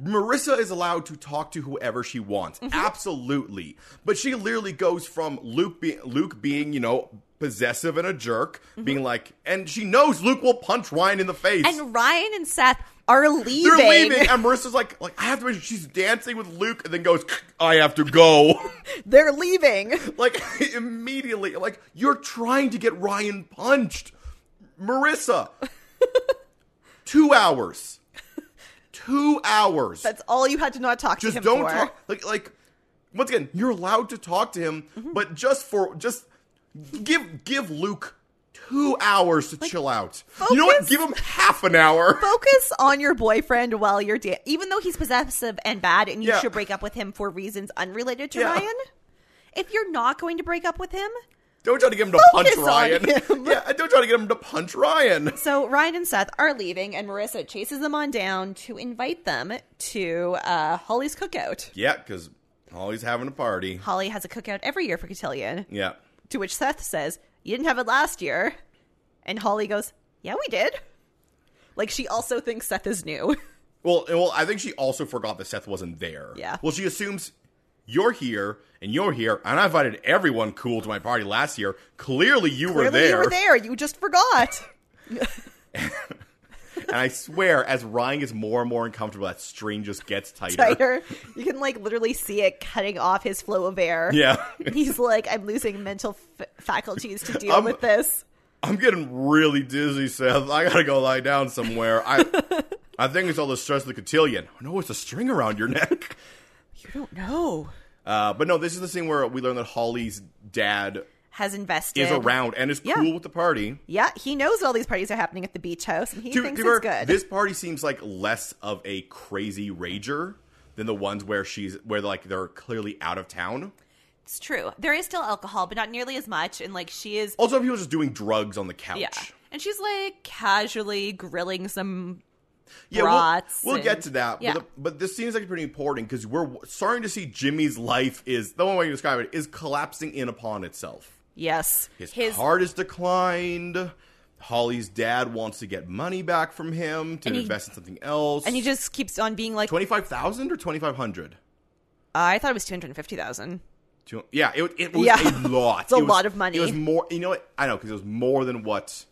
S1: Marissa is allowed to talk to whoever she wants, absolutely. But she literally goes from Luke, be- Luke being, you know, possessive and a jerk, being like, and she knows Luke will punch Ryan in the face.
S2: and ryan and seth are
S1: They're leaving, and Marissa's like, like I have to. She's dancing with Luke, and then goes, I have to go.
S2: they're leaving
S1: Like (laughs) immediately, like you're trying to get Ryan punched,
S2: (laughs)
S1: Marissa. two hours, two hours.
S2: That's all you had to not talk
S1: just
S2: to him
S1: don't
S2: for.
S1: talk. Like, like once again, you're allowed to talk to him,
S2: Mm-hmm.
S1: but just for just give give Luke two hours to chill out. You know what?
S2: focus.
S1: Give him half an hour.
S2: Focus on your boyfriend while you're da- even though he's possessive and bad, and you
S1: Yeah.
S2: should break up with him for reasons unrelated to
S1: Yeah.
S2: Ryan. If you're not going to break up with him,
S1: Don't try to get him to
S2: Focus
S1: punch
S2: on
S1: Ryan. (laughs)
S2: him.
S1: Yeah, and don't try to get him to punch Ryan.
S2: so Ryan and Seth are leaving, and Marissa chases them on down to invite them to uh, Holly's cookout.
S1: Yeah, because Holly's having a party.
S2: Holly has a cookout every year for Cotillion,
S1: Yeah.
S2: to which Seth says, "You didn't have it last year," and Holly goes, "Yeah, we did." Like she also thinks Seth is new.
S1: Well, well, I think she also forgot that Seth wasn't there.
S2: Yeah.
S1: Well, she assumes you're here and you're here, and I invited everyone cool to my party last year. Clearly, you were
S2: Clearly
S1: there.
S2: you were there. You just forgot.
S1: and I swear, as Ryan gets more and more uncomfortable, that string just gets (laughs) tighter.
S2: tighter. You can like literally see it cutting off his flow of air.
S1: Yeah.
S2: (laughs) He's like, I'm losing mental f- faculties to deal
S1: Um,
S2: with this.
S1: I'm getting really dizzy, Seth. I gotta go lie down somewhere.
S2: (laughs)
S1: I, I think it's all the stress of the cotillion. No, it's a string around your neck.
S2: You don't know.
S1: Uh, but no, this is the scene where we learn that Holly's dad
S2: Has invested.
S1: is around and is
S2: Yeah.
S1: cool with the party.
S2: Yeah, he knows all these parties are happening at the beach house, and he
S1: To-
S2: thinks
S1: to her,
S2: it's good.
S1: This party seems like less of a crazy rager than the ones where she's where like they're clearly out of town.
S2: it's true. There is still alcohol, but not nearly as much. And like, she is.
S1: Also, people just doing drugs on the couch.
S2: Yeah. And she's like casually grilling some.
S1: Yeah, we'll-
S2: Brats
S1: we'll,
S2: and-
S1: get to that.
S2: yeah.
S1: But, the- but this seems like pretty important because we're w- starting to see Jimmy's life is the only way to describe it is collapsing in upon itself.
S2: Yes.
S1: His, card is declined. Holly's dad wants to get money back from him to
S2: And he-
S1: invest in something else.
S2: And he just keeps on being like,
S1: twenty five thousand or twenty five hundred.
S2: I thought it was 250,000.
S1: Two, yeah, it, it was
S2: Yeah.
S1: a lot.
S2: It's a
S1: It was-
S2: lot of money.
S1: It was more. You know what? I know because it was more than what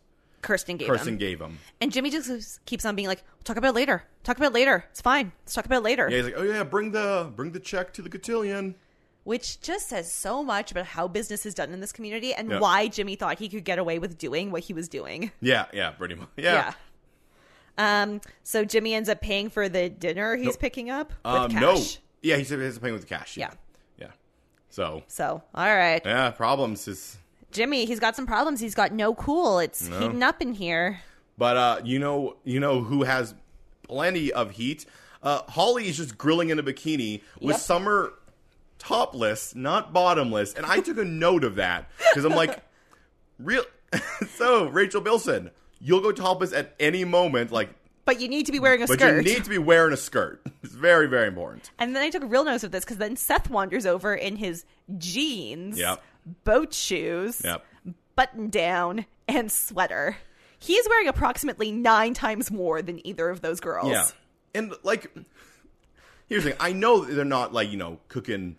S2: Kirsten gave him.
S1: Kirsten gave him.
S2: And Jimmy just keeps on being like, we'll talk about it later. Talk about it later. It's fine. Let's talk about it later.
S1: Yeah, he's like, oh yeah, bring the bring the check to the cotillion.
S2: Which just says so much about how business is done in this community and
S1: Yeah.
S2: why Jimmy thought he could get away with doing what he was doing.
S1: Yeah, yeah, pretty much. Yeah.
S2: Yeah. Um, so Jimmy ends up paying for the dinner he's picking up with
S1: um,
S2: cash.
S1: no. Yeah, he said he's paying with cash. Yeah.
S2: Yeah.
S1: Yeah. So
S2: So, all right.
S1: yeah, problems is.
S2: Jimmy, he's got some problems. He's got no cool. It's heating up in here.
S1: But uh, you know, you know who has plenty of heat. Uh, Holly is just grilling in a bikini with
S2: Yep.
S1: Summer topless, not bottomless, and I took
S2: (laughs)
S1: a note of that because I'm like, real. (laughs) so Rachel Bilson, you'll go topless at any moment, like,
S2: But you need to be wearing a
S1: but
S2: skirt.
S1: you need to be wearing a skirt. It's very, very important.
S2: And then I took real notice of this because then Seth wanders over in his jeans,
S1: Yep.
S2: boat shoes,
S1: Yep.
S2: button down, and sweater. He is wearing approximately nine times more than either of those girls.
S1: Yeah. And like here's the thing, I know that they're not like, you know, cooking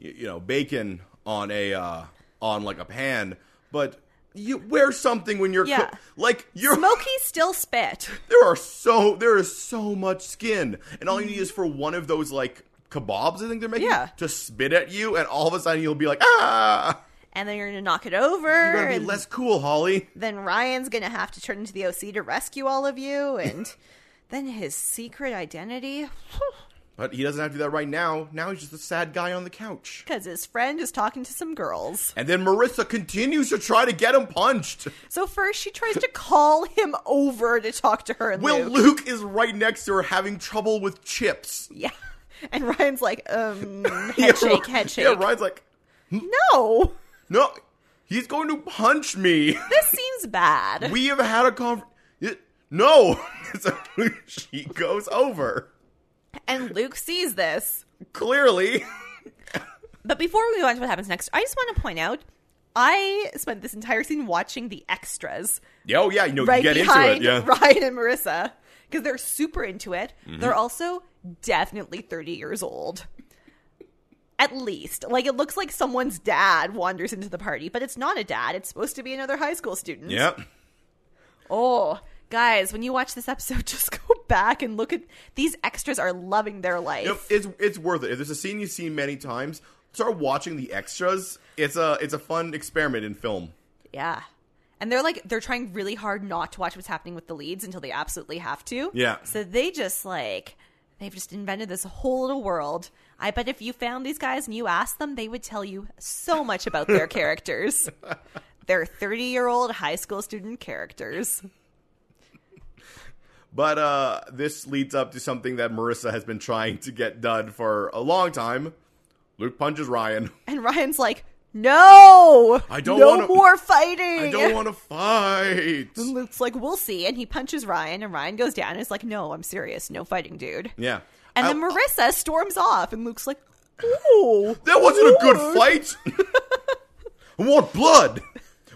S1: y- you know, bacon on a uh on like a pan, but you wear something when you're
S2: Yeah.
S1: coo- like you're
S2: Smokey still spit.
S1: (laughs) there are so there is so much skin. And all you need is for one of those like kebabs I think they're making
S2: Yeah.
S1: to spit at you and all of a sudden you'll be like, "Ah,
S2: And then you're going to knock it over.
S1: you're going to be
S2: and
S1: less cool, Holly."
S2: then Ryan's going to have to turn into the OC to rescue all of you. And
S1: (laughs)
S2: then his secret identity. (sighs)
S1: But he doesn't have to do that right now. Now he's just a sad guy on the couch.
S2: Because his friend is talking to some girls.
S1: And then Marissa continues to try to get him punched.
S2: So first she tries to call him over to talk to her and
S1: Will
S2: Luke.
S1: Luke is right next to her having trouble with chips.
S2: Yeah. (laughs) And Ryan's like, um, head shake, head shake.
S1: (laughs) Yeah, Ryan's like,
S2: No,
S1: no, he's going to punch (laughs) me.
S2: this seems bad.
S1: We have had a conf. it- No, (laughs) so she goes over.
S2: and Luke sees this.
S1: Clearly,
S2: But before we go on to what happens next, I just want to point out I spent this entire scene watching the extras
S1: oh yeah, you know,
S2: right
S1: you get into it.
S2: behind
S1: Yeah,
S2: (laughs)
S1: Mm-hmm.
S2: Ryan and Marissa because they're super into it. They're also definitely 30 years old. At least. Like, it looks like someone's dad wanders into the party, but it's not a dad. It's supposed to be another high school student.
S1: yeah.
S2: Oh, guys, when you watch this episode, (laughs) just go back and look at these extras are loving their life.
S1: Yep, it's it's worth it. If there's a scene you've seen many times, start watching the extras. It's a it's a fun experiment in film.
S2: Yeah. And they're like they're trying really hard not to watch what's happening with the leads until they absolutely have to.
S1: Yeah.
S2: So they just like they've just invented this whole little world. I bet if you found these guys and you asked them, they would tell you so much about
S1: (laughs)
S2: their characters. They're 30-year-old high school student characters.
S1: But uh, this leads up to something that Marissa has been trying to get done for a long time. Luke punches Ryan. (laughs)
S2: And Ryan's like, "No!
S1: I don't
S2: no
S1: wanna-
S2: more fighting."
S1: I don't want to fight.
S2: And Luke's like, "We'll see." And he punches Ryan and Ryan goes down and is like, "No, I'm serious. No fighting, dude."
S1: Yeah.
S2: And
S1: I-
S2: then Marissa storms off, and Luke's like, "Ooh,
S1: that wasn't a good
S2: Lord."
S1: fight. (laughs) I want blood.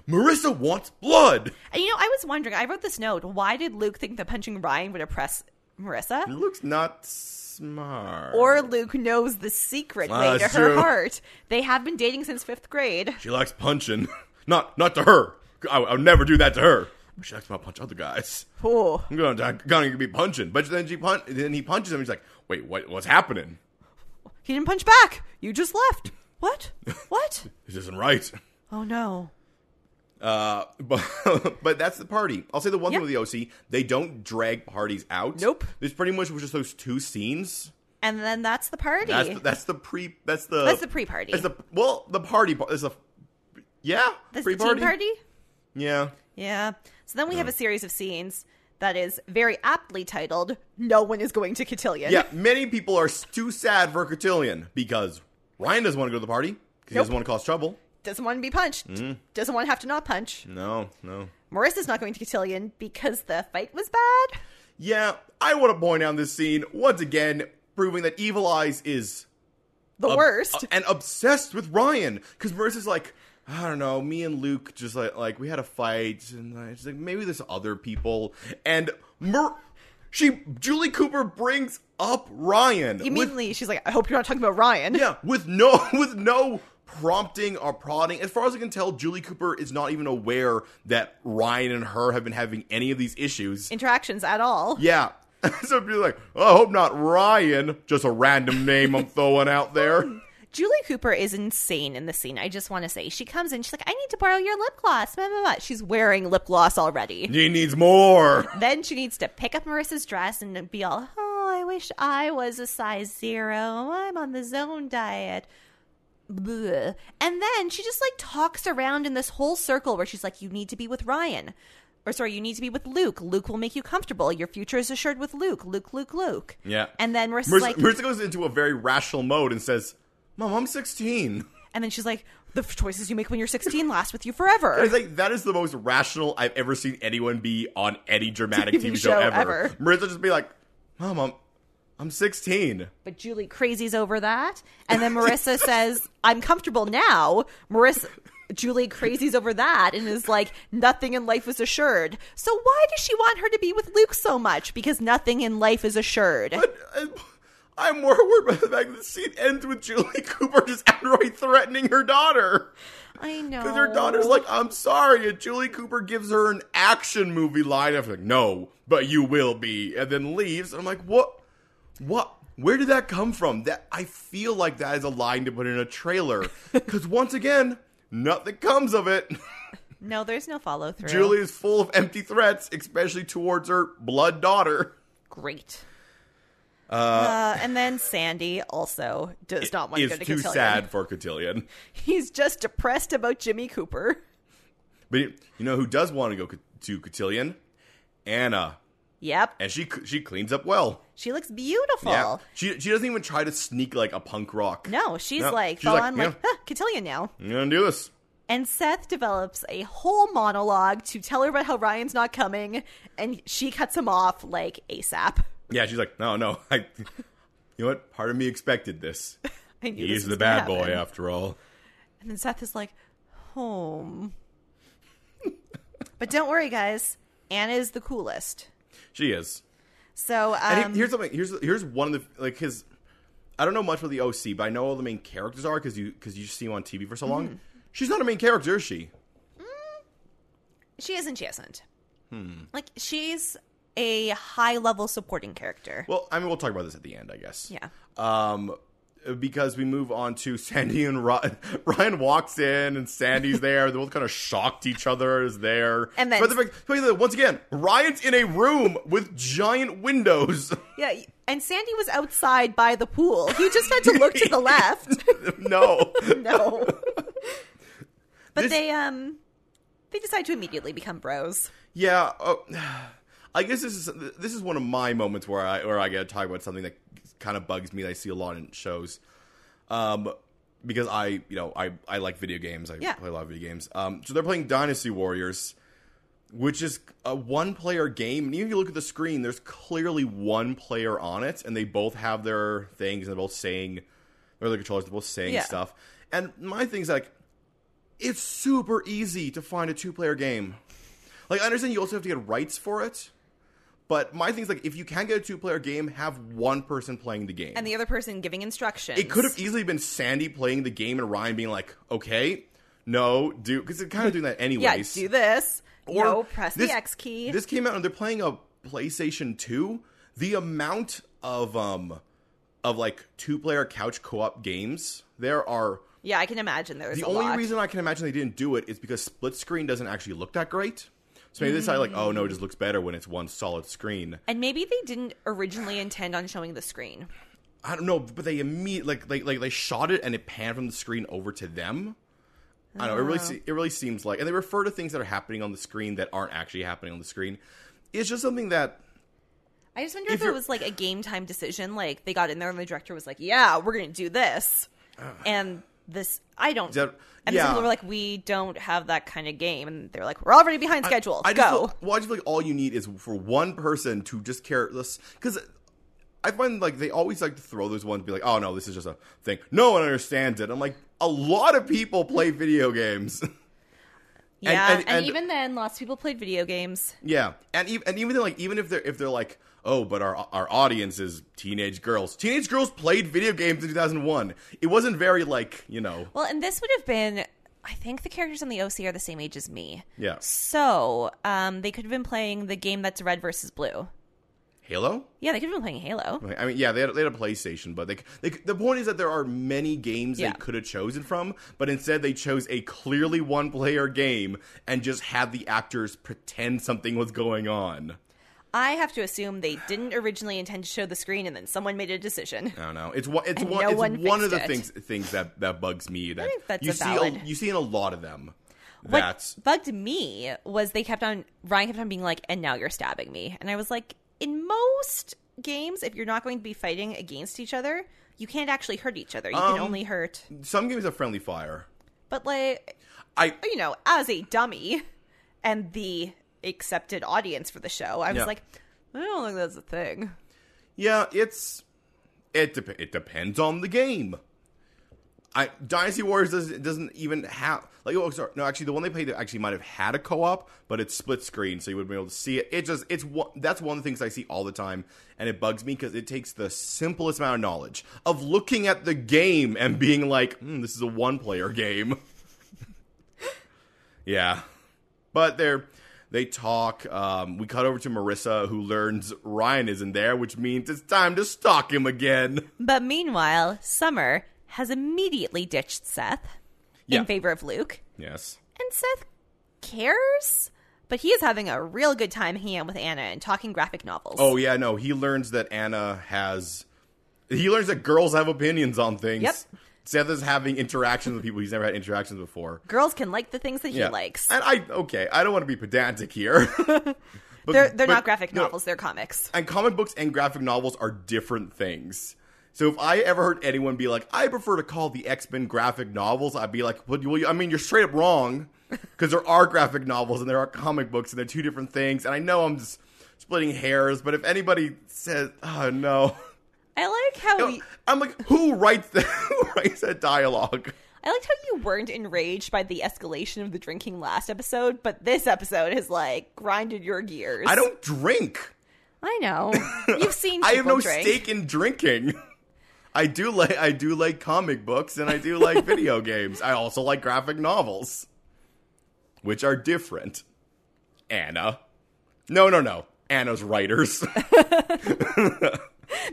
S1: Marissa wants blood.
S2: And you know, I was wondering. I wrote this note. Why did Luke think that punching Ryan would oppress Marissa,
S1: Luke's not smart.
S2: or Luke knows the secret
S1: Ah,
S2: way to
S1: that's
S2: her
S1: true.
S2: heart? They have been dating since fifth grade.
S1: she likes punching. (laughs) Not not to her. I, I would never do that to her. She likes to punch other guys.
S2: Ooh,
S1: I'm gonna, I'm gonna be punching. But then she punch. Then he punches him. He's like, "Wait, what? What's happening?
S2: he didn't punch back. You just left.
S1: (laughs)
S2: What? What?
S1: This isn't right."
S2: Oh no.
S1: (laughs) Uh, but (laughs) but that's the party. I'll say the one
S2: Yeah.
S1: thing with the OC, they don't drag parties out.
S2: Nope.
S1: This pretty much was just those two scenes.
S2: And then that's the party.
S1: That's the, that's the pre. That's the
S2: That's the pre-party.
S1: That's the well the party. par- Is the yeah
S2: That's the
S1: pre
S2: tea party. (laughs)
S1: Yeah.
S2: Yeah. So then we have a series of scenes that is very aptly titled "No one is going to Cotillion."
S1: Yeah, many people are s- too sad for Cotillion because Ryan doesn't want to go to the party because he
S2: Nope.
S1: doesn't want to cause trouble.
S2: doesn't want to be punched,
S1: Mm.
S2: doesn't want to have to not punch.
S1: No,
S2: (laughs)
S1: no.
S2: Marissa's not going to Cotillion because the fight was bad.
S1: Yeah, I want to point out this scene once again, proving that Evil Eyes is
S2: The
S1: ob-
S2: worst.
S1: uh, and obsessed with Ryan because Marissa's like, I don't know, me and Luke just like like we had a fight, and I she's like maybe there's other people, and Mer, she Julie Cooper brings up Ryan with,
S2: Immediately, she's like, I hope you're not talking about Ryan.
S1: yeah with no (laughs) with no prompting or prodding. As far as I can tell, Julie Cooper is not even aware that Ryan and her have been having any of these issues.
S2: Interactions at all.
S1: yeah. (laughs) So people are like, oh, I hope not Ryan. Just a random name I'm throwing out there.
S2: Julie Cooper is insane in the scene. I just want to say, she comes in, she's like, I need to borrow your lip gloss. Blah, blah, blah. She's wearing lip gloss already.
S1: He needs more.
S2: Then she needs to pick up Marissa's dress and be all, oh, I wish I was a size zero. I'm on the zone diet. Bleh. And then she just like talks around in this whole circle where she's like, you need to be with Ryan. or sorry, you need to be with Luke. Luke will make you comfortable. Your future is assured with Luke. Luke, Luke, Luke.
S1: Yeah.
S2: And then Marissa's
S1: Marissa,
S2: like,
S1: Marissa goes into a very rational mode and says, "Mom, I'm (laughs) 16."
S2: and then she's like, the f- choices you make when you're 16 last with you
S1: (laughs)
S2: forever.
S1: I was like, that is the most rational I've ever seen anyone be on any dramatic TV, show,
S2: show
S1: ever.
S2: ever.
S1: Marissa just be like, "Mom, I'm I'm 16."
S2: but Julie crazies over that. And then Marissa (laughs) says, I'm comfortable now. Marissa Julie crazies over that and is like, nothing in life is assured. So why does she want her to be with Luke so much? Because nothing in life is assured.
S1: But uh, I'm more worried about the fact that the scene ends with Julie (laughs) Cooper just outright threatening her daughter.
S2: I know.
S1: Because her daughter's like, I'm sorry. And Julie Cooper gives her an action movie line. I'm like, no, but you will be. And then leaves. And I'm like, what? What? Where did that come from? That I feel like that is a line to put in a
S2: (laughs)
S1: trailer. Because once again, nothing comes of it.
S2: No, there's no follow through.
S1: Julie is full of empty threats, especially towards her blood daughter.
S2: Great. Uh, and then Sandy also does not want to
S1: Is
S2: go to
S1: too
S2: Cotillion.
S1: sad for Cotillion.
S2: (laughs) He's just depressed about Jimmy Cooper.
S1: But you you know who does want to go co- to Cotillion? Anna,
S2: Yep.
S1: and she c- she cleans up well.
S2: She looks beautiful.
S1: Yeah, she she doesn't even try to sneak like a punk rock.
S2: No, she's
S1: No,
S2: like,
S1: she's
S2: full
S1: like,
S2: on,
S1: yeah.
S2: like, huh, Cotillion now.
S1: I'm gonna do this.
S2: And Seth develops a whole monologue to tell her about how Ryan's not coming, and she cuts him off like ASAP.
S1: Yeah, she's like, no, no, (laughs) I. You know what? Part of me expected this.
S2: I knew
S1: He's
S2: (laughs) this was
S1: the bad
S2: gonna
S1: boy
S2: happen.
S1: after all.
S2: And then Seth is like, home. but don't worry, guys. Anna is the coolest.
S1: She is.
S2: So,
S1: And he-
S2: um,
S1: here's something. Here's here's one of the like his. I don't know much about the OC, but I know all the main characters are because you because you see him on TV for so long.
S2: Mm.
S1: She's not a main character, is she?
S2: she isn't, she isn't.
S1: Hmm.
S2: Like, she's a high level supporting character.
S1: Well, I mean, we'll talk about this at the end, I guess.
S2: yeah.
S1: um, because we move on to (laughs) Sandy and Ryan. Ryan walks in and Sandy's there. They're both kind of shocked each other is there.
S2: And then-
S1: but the fact, but the- once again, Ryan's in a room with giant windows. (laughs)
S2: Yeah. And Sandy was outside by the pool. He just had to look to
S1: (laughs)
S2: the left.
S1: no,
S2: (laughs)
S1: (laughs)
S2: no. but
S1: This-
S2: they um they decide to immediately become bros.
S1: yeah. Oh, (sighs) I guess this is this is one of my moments where I where I get to talk about something that kind of bugs me. That I see a lot in shows. Um. Because I, you know, I, I like video games. I
S2: Yeah.
S1: play a lot of video games. Um, so they're playing Dynasty Warriors, which is a one player game. And even if you look at the screen, there's clearly one player on it, and they both have their things, and they're both saying, or the controllers, they're both saying
S2: Yeah.
S1: stuff. And my thing's like, it's super easy to find a two player game. Like, I understand you also have to get rights for it, but my thing's like, if you can get a two player game, have one person playing the game.
S2: And the other person giving instructions.
S1: It could have easily been Sandy playing the game and Ryan being like, okay, no, do, because they're kind of doing that
S2: Yeah,
S1: anyways.
S2: do this.
S1: Or
S2: no, press
S1: this-
S2: the X key.
S1: This came out and they're playing a PlayStation 2. The amount of um of like two player couch co-op games there are
S2: yeah, I can imagine there was
S1: the
S2: a
S1: only
S2: lot.
S1: reason I can imagine they didn't do it is because split screen doesn't actually look that great. So maybe they decided like, oh no, it just looks better when it's one solid screen.
S2: and maybe they didn't originally intend on showing the screen.
S1: I don't know, but they immediately like they like they shot it and it panned from the screen over to them. I don't know. It
S2: Oh.
S1: really se- it really seems like, and they refer to things that are happening on the screen that aren't actually happening on the screen. It's just something that
S2: I just wonder
S1: If
S2: if, it
S1: you're-
S2: was like a game time decision. Like they got in there and the director was like, "Yeah, we're going to do this," and this I don't.
S1: Ah. That-
S2: and
S1: yeah.
S2: some people were like, "We don't have that kind of game," and they're like, "We're already behind schedule.
S1: I
S2: Go."
S1: just feel, well, I just feel like all you need is for one person to just care less because I find like they always like to throw those ones, be like, "Oh no, this is just a thing. No one understands it." I'm like, a lot of people play video games. (laughs)
S2: Yeah, and,
S1: and- and-
S2: even then, lots of people played video games.
S1: Yeah, and even and even though, like even if they're if they're like oh, but our our audience is teenage girls. Teenage girls played video games in 2001. It wasn't very like you know
S2: Well, and this would have been, I think the characters on the OC are the same age as me.
S1: yeah
S2: So um, they could have been playing the game that's red versus blue.
S1: Halo.
S2: Yeah, they could have been playing Halo.
S1: Like, I mean, yeah, they had, they had a PlayStation, but they, they the point is that there are many games
S2: Yeah.
S1: they could have chosen from, but instead they chose a clearly one player game and just had the actors pretend something was going on.
S2: I have to assume they didn't originally intend to show the screen, and then someone made a decision.
S1: I don't know. It's one. It's
S2: And
S1: one.
S2: no
S1: it's
S2: one
S1: one of the
S2: fixed
S1: things things that that bugs me. That
S2: think that's
S1: you
S2: a
S1: see. A,
S2: valid-
S1: you see in a lot of them.
S2: What
S1: That's-
S2: bugged me was they kept on Ryan kept on being like, "And now you're stabbing me," and I was like, "In most games, if you're not going to be fighting against each other, you can't actually hurt each other. You
S1: Um,
S2: can only hurt."
S1: Some games have friendly fire.
S2: But like,
S1: I
S2: you know, as a dummy and the accepted audience for the show, I was
S1: Yeah.
S2: like, I don't think that's a thing.
S1: yeah, it's it dep- it depends on the game. I Dynasty Warriors doesn't doesn't even have like oh sorry no actually the one they played that actually might have had a co op but it's split screen so you wouldn't be able to see it. It just it's one that's one of the things I see all the time and it bugs me because it takes the simplest amount of knowledge of looking at the game and being like hmm, this is a one player game. (laughs) yeah, but they're they talk. Um, we cut over to Marissa who learns Ryan isn't there, which means it's time to stalk him again.
S2: But meanwhile, Summer has immediately ditched Seth
S1: Yeah.
S2: in favor of Luke,
S1: Yes.
S2: and Seth cares, but he is having a real good time hanging out with Anna and talking graphic novels.
S1: Oh yeah, no. He learns that Anna has. He learns that girls have opinions on things.
S2: Yep.
S1: Seth is having interactions with people he's never had interactions before.
S2: Girls can like the things that he
S1: Yeah. Um,
S2: likes.
S1: And I okay, I don't want to be pedantic here. (laughs) but,
S2: (laughs) They're they're
S1: but-
S2: not graphic
S1: no,
S2: novels; they're comics.
S1: and comic books and graphic novels are different things. So if I ever heard anyone be like, "I prefer to call the X Men graphic novels," I'd be like, "Well, you, I mean, you're straight up wrong because there are graphic novels and there are comic books and they're two different things." And I know I'm just splitting hairs, but if anybody says, "Oh no,"
S2: I like how y-
S1: I'm like, "Who writes that? (laughs) Who writes that dialogue?"
S2: I liked how you weren't enraged by the escalation of the drinking last episode, but this episode has like grinded your gears.
S1: I don't drink.
S2: I
S1: (laughs)
S2: know. You've seen.
S1: I have
S2: people
S1: no
S2: drink.
S1: stake in drinking. (laughs) I do like I do like comic books and I do like
S2: (laughs)
S1: video games. I also like graphic novels, which are different. Anna, no, no, no. Anna's
S2: (laughs)
S1: writers.
S2: (laughs) Maybe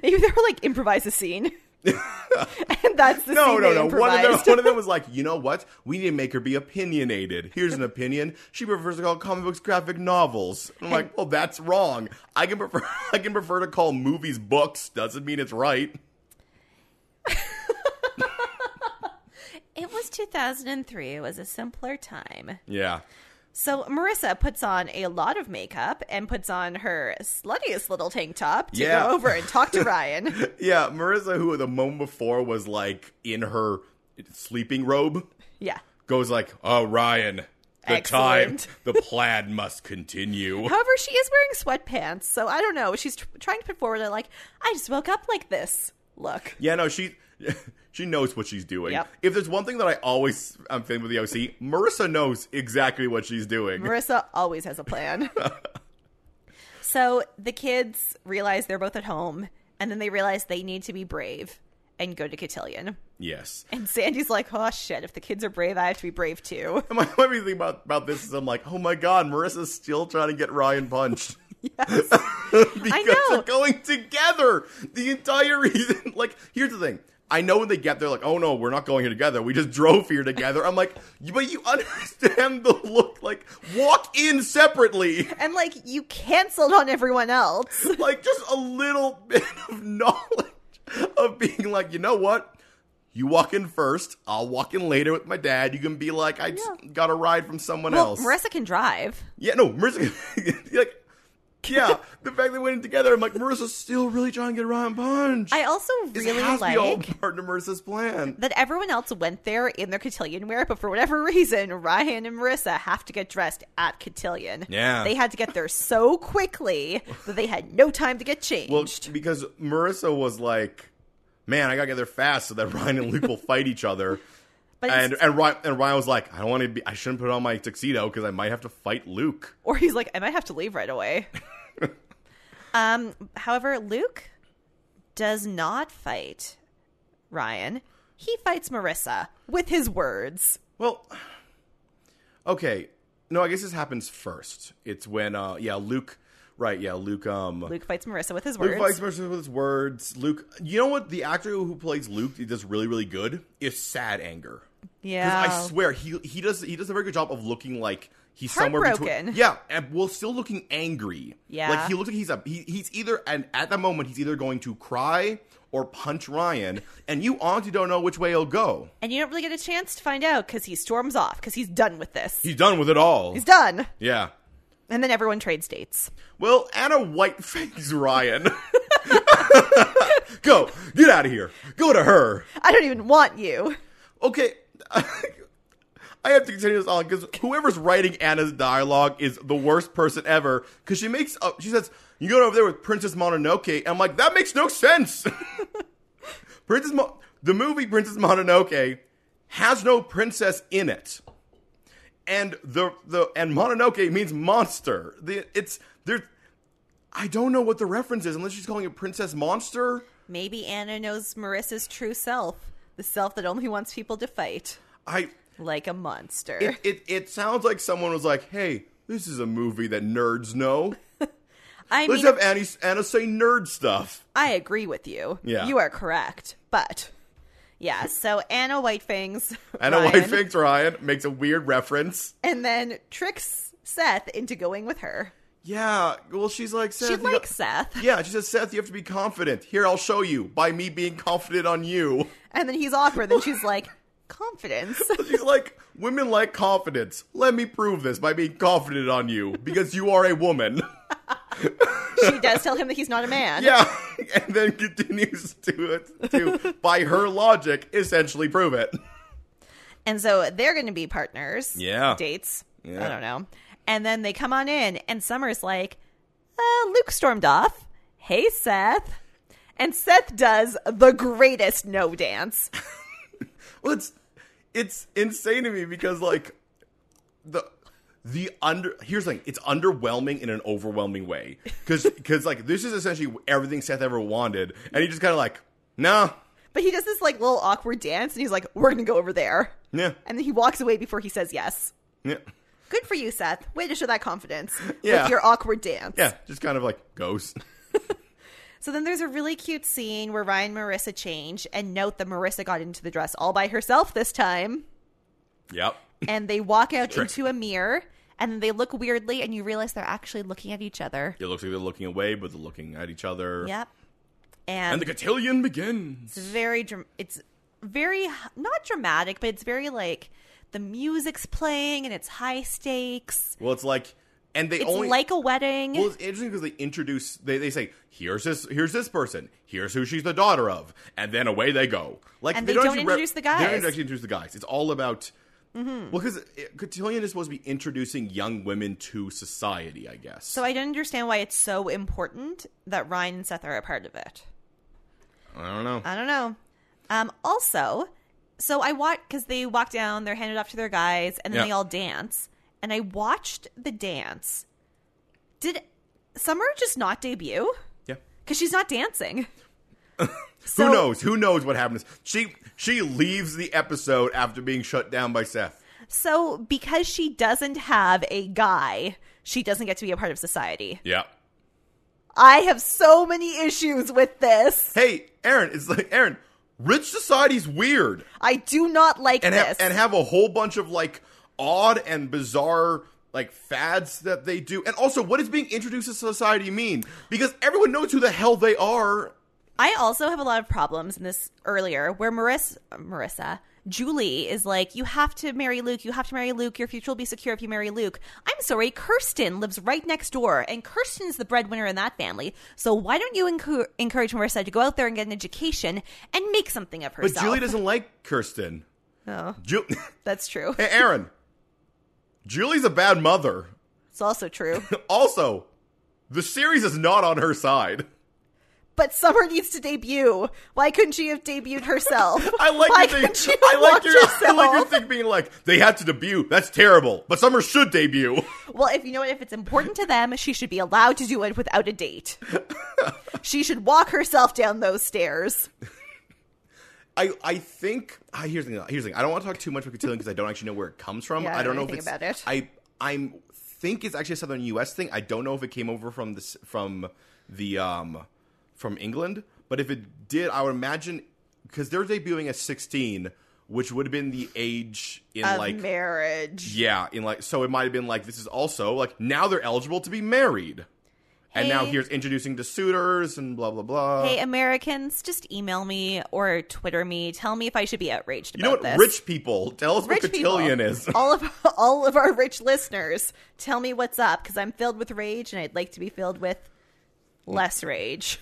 S2: they were like improvise
S1: (laughs)
S2: a scene, and that's
S1: (laughs)
S2: the
S1: No, no,
S2: scene they
S1: no. One of,
S2: improvised.
S1: them, one
S2: (laughs)
S1: of them was like, you know what? We need to make her be opinionated. Here's an opinion. She prefers to call comic books graphic novels. I'm like, well, that's wrong. I can prefer (laughs) I can prefer to call movies books. Doesn't mean it's right.
S2: It was 2003. It was a simpler time.
S1: Yeah.
S2: So Marissa puts on a lot of makeup and puts on her sluttiest little tank top to
S1: Yeah.
S2: go over and
S1: (laughs)
S2: talk to Ryan.
S1: Yeah, Marissa, who the moment before was like in her sleeping robe,
S2: yeah.
S1: goes like, "Oh, Ryan, the
S2: Excellent.
S1: time, the plaid must
S2: (laughs)
S1: continue."
S2: However, she is wearing sweatpants, so I don't know. She's tr- trying to put forward a like, I just woke up like this. Look.
S1: yeah, no, she (laughs) she knows what she's doing.
S2: Yep.
S1: If there's one thing that I always I'm feeling with the OC, Marissa knows exactly what she's doing.
S2: Marissa always has a plan. (laughs) so the kids realize they're both at home, and then they realize they need to be brave and go to Cotillion.
S1: yes.
S2: And Sandy's like, oh shit, if the kids are brave, I have to be brave too.
S1: And (laughs) my my thing about about this is I'm like, oh my god, Marissa's still trying to get Ryan
S2: (laughs)
S1: punched. (laughs) because
S2: know.
S1: they're going together. The entire reason, (laughs) like, here's the thing. I know when they get there, like, oh no, we're not going here together. We just drove here together. I'm like, "You- but you understand the look, like, walk in separately, (laughs)
S2: And like, you canceled on everyone else.
S1: like, just a little (laughs) bit of knowledge of being like, you know what? You walk in first. I'll walk in later with my dad. You can be like, I just
S2: Yeah.
S1: got a ride from someone
S2: Well,
S1: else.
S2: Marissa can drive.
S1: Yeah, no, Marissa. (laughs) like, yeah, the fact they went in together, I'm like, Marissa's still really trying to get around Punch.
S2: I also
S1: This
S2: really
S1: has to be all
S2: like
S1: part of Marissa's plan.
S2: that everyone else went there in their cotillion wear, but for whatever (laughs) reason, Ryan and Marissa have to get dressed at cotillion.
S1: Yeah.
S2: They had to get there so quickly that they had no time to get changed.
S1: Well, because Marissa was like, man, I gotta get there fast so that (laughs) Ryan and Luke will fight each other.
S2: (laughs) but
S1: And
S2: it's-
S1: and Ryan, and Ryan was like, I don't want to be. I shouldn't put on my tuxedo because I might have to fight Luke.
S2: or he's like, I might have to leave
S1: (laughs)
S2: right away. um, however, Luke does not fight Ryan. He fights Marissa with his words.
S1: Well, okay, no, I guess this happens first. It's when, uh, yeah, Luke, right? Yeah, Luke. Um,
S2: Luke fights Marissa with his
S1: Luke
S2: words.
S1: Vice versa with his words. Luke, you know what? The actor who plays Luke he does really, really good is sad anger. 'Cause
S2: yeah.
S1: I swear he he does he does a very good job of looking like he's somewhere between.
S2: Heartbroken.
S1: Yeah, and well, still looking angry.
S2: Yeah.
S1: like he looks like he's a he, he's either and at that moment he's either going to cry or punch Ryan, and you honestly don't know which way he'll go.
S2: And you don't really get a chance to find out because he storms off because he's done with this.
S1: He's done with it all.
S2: He's done.
S1: yeah.
S2: And then everyone trades dates.
S1: Well, Anna White (laughs) fangs
S2: (laughs)
S1: Ryan. (laughs) go, get out of here. Go to her.
S2: I don't even want you.
S1: Okay. (laughs) I have to continue this on because whoever's writing Anna's dialogue is the worst person ever. Because she makes up, she says, "You go over there with Princess Mononoke," and I'm like, that makes no sense. (laughs) Princess, Mo- the movie Princess Mononoke has no princess in it, and the the and Mononoke means monster. The it's there. I don't know what the reference is unless she's calling it Princess Monster.
S2: Maybe Anna knows Marissa's true self, the self that only wants people to fight
S1: I
S2: like a monster.
S1: it, it it sounds like someone was like, "Hey, this is a movie that nerds (laughs) know.
S2: I
S1: Let's
S2: mean,
S1: have Annie, Anna say nerd stuff."
S2: I agree with you.
S1: Yeah.
S2: You are correct. But yeah, so Anna Whitefangs.
S1: (laughs) Anna
S2: Ryan,
S1: White thinks Ryan makes a weird reference.
S2: And then tricks Seth into going with her.
S1: Yeah, well, she's like Seth.
S2: She
S1: you got- (laughs)
S2: likes Seth.
S1: yeah, she says, Seth, you have to be confident. Here, I'll show you by me being confident on you. (laughs)
S2: And then he's awkward. Then she's like, confidence.
S1: She's like, women like confidence. Let me prove this by being confident on you because you are a woman. (laughs)
S2: She does tell him that he's not a man.
S1: yeah, (laughs) and then continues to it to, by her logic, essentially prove it.
S2: And so they're going to be partners.
S1: Yeah.
S2: Dates.
S1: Yeah.
S2: I don't know. And then they come on in, and Summer's like, uh, Luke stormed off. Hey, Seth. And Seth does the greatest no dance.
S1: Well, it's it's insane to me because like the the under here's the thing it's underwhelming in an overwhelming way because because like this is essentially everything Seth ever wanted and he just kind of like nah
S2: But he does this like little awkward dance, and he's like, "We're gonna go over there,"
S1: yeah
S2: and then he walks away before he says yes.
S1: yeah
S2: Good for you, Seth. Way to show that confidence
S1: Yeah.
S2: with your awkward dance.
S1: yeah just kind of like ghost (laughs)
S2: So then there's a really cute scene where Ryan and Marissa change, and note that Marissa got into the dress all by herself this time.
S1: yep
S2: And they walk out
S1: Trick.
S2: into a mirror, and then they look weirdly, and you realize they're actually looking at each other.
S1: it looks like they're looking away but they're looking at each other
S2: Yep.
S1: and the cotillion begins
S2: It's very dram- it's very not dramatic, but it's very like the music's playing and it's high stakes.
S1: well it's like and they
S2: It's
S1: only
S2: like a wedding.
S1: Well, it's interesting because they introduce they, they say here's this here's this person here's who she's the daughter of and then away they go like
S2: And they don't
S1: actually re-
S2: introduce
S1: They
S2: the guys. Mm-hmm.
S1: don't actually introduce the guys. It's all about well because cotillion is supposed to be introducing young women to society, I guess.
S2: so I don't understand why it's so important that Ryan and Seth are a part of it.
S1: I don't know.
S2: I don't know. Um, also, so I watched because they walk down, they're handed off to their guys, and then
S1: Yeah.
S2: they all dance. And I watched the dance. Did Summer just not debut?
S1: yeah.
S2: Because she's not dancing.
S1: (laughs) who knows? Who knows what happens? She she leaves the episode after being shut down by Seth.
S2: So because she doesn't have a guy, she doesn't get to be a part of society.
S1: Yeah.
S2: I have so many issues with this.
S1: Hey, Aaron, it's like Aaron, rich society's weird.
S2: I do not like
S1: and
S2: this.
S1: have, and have a whole bunch of like odd and bizarre like fads that they do. And also, what does being introduced to society mean? Because everyone knows who the hell they are.
S2: I also have a lot of problems in this earlier where Marissa, Marissa, Julie is like, you have to marry Luke. You have to marry Luke. Your future will be secure if you marry Luke. I'm sorry, Kirsten lives right next door, and Kirsten's the breadwinner in that family. So why don't you encour- encourage Marissa to go out there and get an education and make something of
S1: But
S2: herself?
S1: Julie doesn't like Kirsten.
S2: Oh,
S1: Ju- (laughs)
S2: that's true.
S1: hey, Aaron, Julie's a bad mother.
S2: It's also true. (laughs)
S1: Also, the series is not on her side.
S2: But Summer needs to debut. Why couldn't she have debuted herself?
S1: (laughs) I like
S2: Why
S1: your
S2: couldn't she
S1: thing.
S2: have
S1: I like
S2: walked
S1: your I
S2: herself?
S1: like your thing being like they had to debut. That's terrible. But Summer should debut.
S2: Well, if you know what, if it's important to them, she should be allowed to do it without a date. she should walk herself down those stairs.
S1: I, I think ah, here's the thing. Here's the thing. I don't want to talk too much about cotillion because I don't actually know where it comes from.
S2: Yeah, I
S1: I don't
S2: don't
S1: know
S2: know
S1: if it's
S2: anything about
S1: I I'm think it's actually a southern U.S. thing. I don't know if it came over from this from the um from England, but if it did, I would imagine because they're debuting at 16, which would have been the age in
S2: Of
S1: like
S2: marriage.
S1: yeah in like so it might have been like this is also like now they're eligible to be married. And now
S2: Hey.
S1: here's introducing to suitors and blah blah blah.
S2: Hey, Americans, just email me or Twitter me. Tell me if I should be outraged
S1: you know
S2: about
S1: what?
S2: this.
S1: Rich people, tell us
S2: Rich
S1: what cotillion
S2: people,
S1: is.
S2: all of all of our rich listeners, tell me what's up because I'm filled with rage and I'd like to be filled with less rage.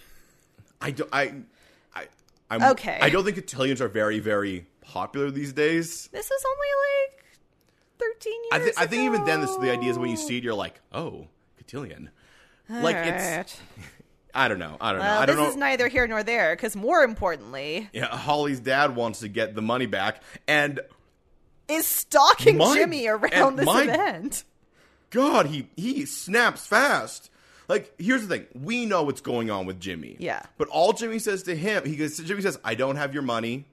S1: I do, I, I, I'm,
S2: Okay.
S1: I don't think cotillions are very very popular these days.
S2: This is only like 13 years.
S1: I, th- I think even then, this the idea is when you
S2: ago.
S1: see it, you're like, oh, cotillion. like it's,
S2: Alright.
S1: I don't know, I don't know,
S2: Well,
S1: I don't
S2: Uh, this
S1: know.
S2: is neither here nor there because more importantly,
S1: yeah, Holly's dad wants to get the money back, and
S2: is stalking
S1: My-
S2: Jimmy around
S1: and
S2: this
S1: my-
S2: event.
S1: God, he he snaps fast. Like, here's the thing: we know what's going on with Jimmy.
S2: Yeah.
S1: But all Jimmy says to him, he goes, Jimmy says, "I don't have your money,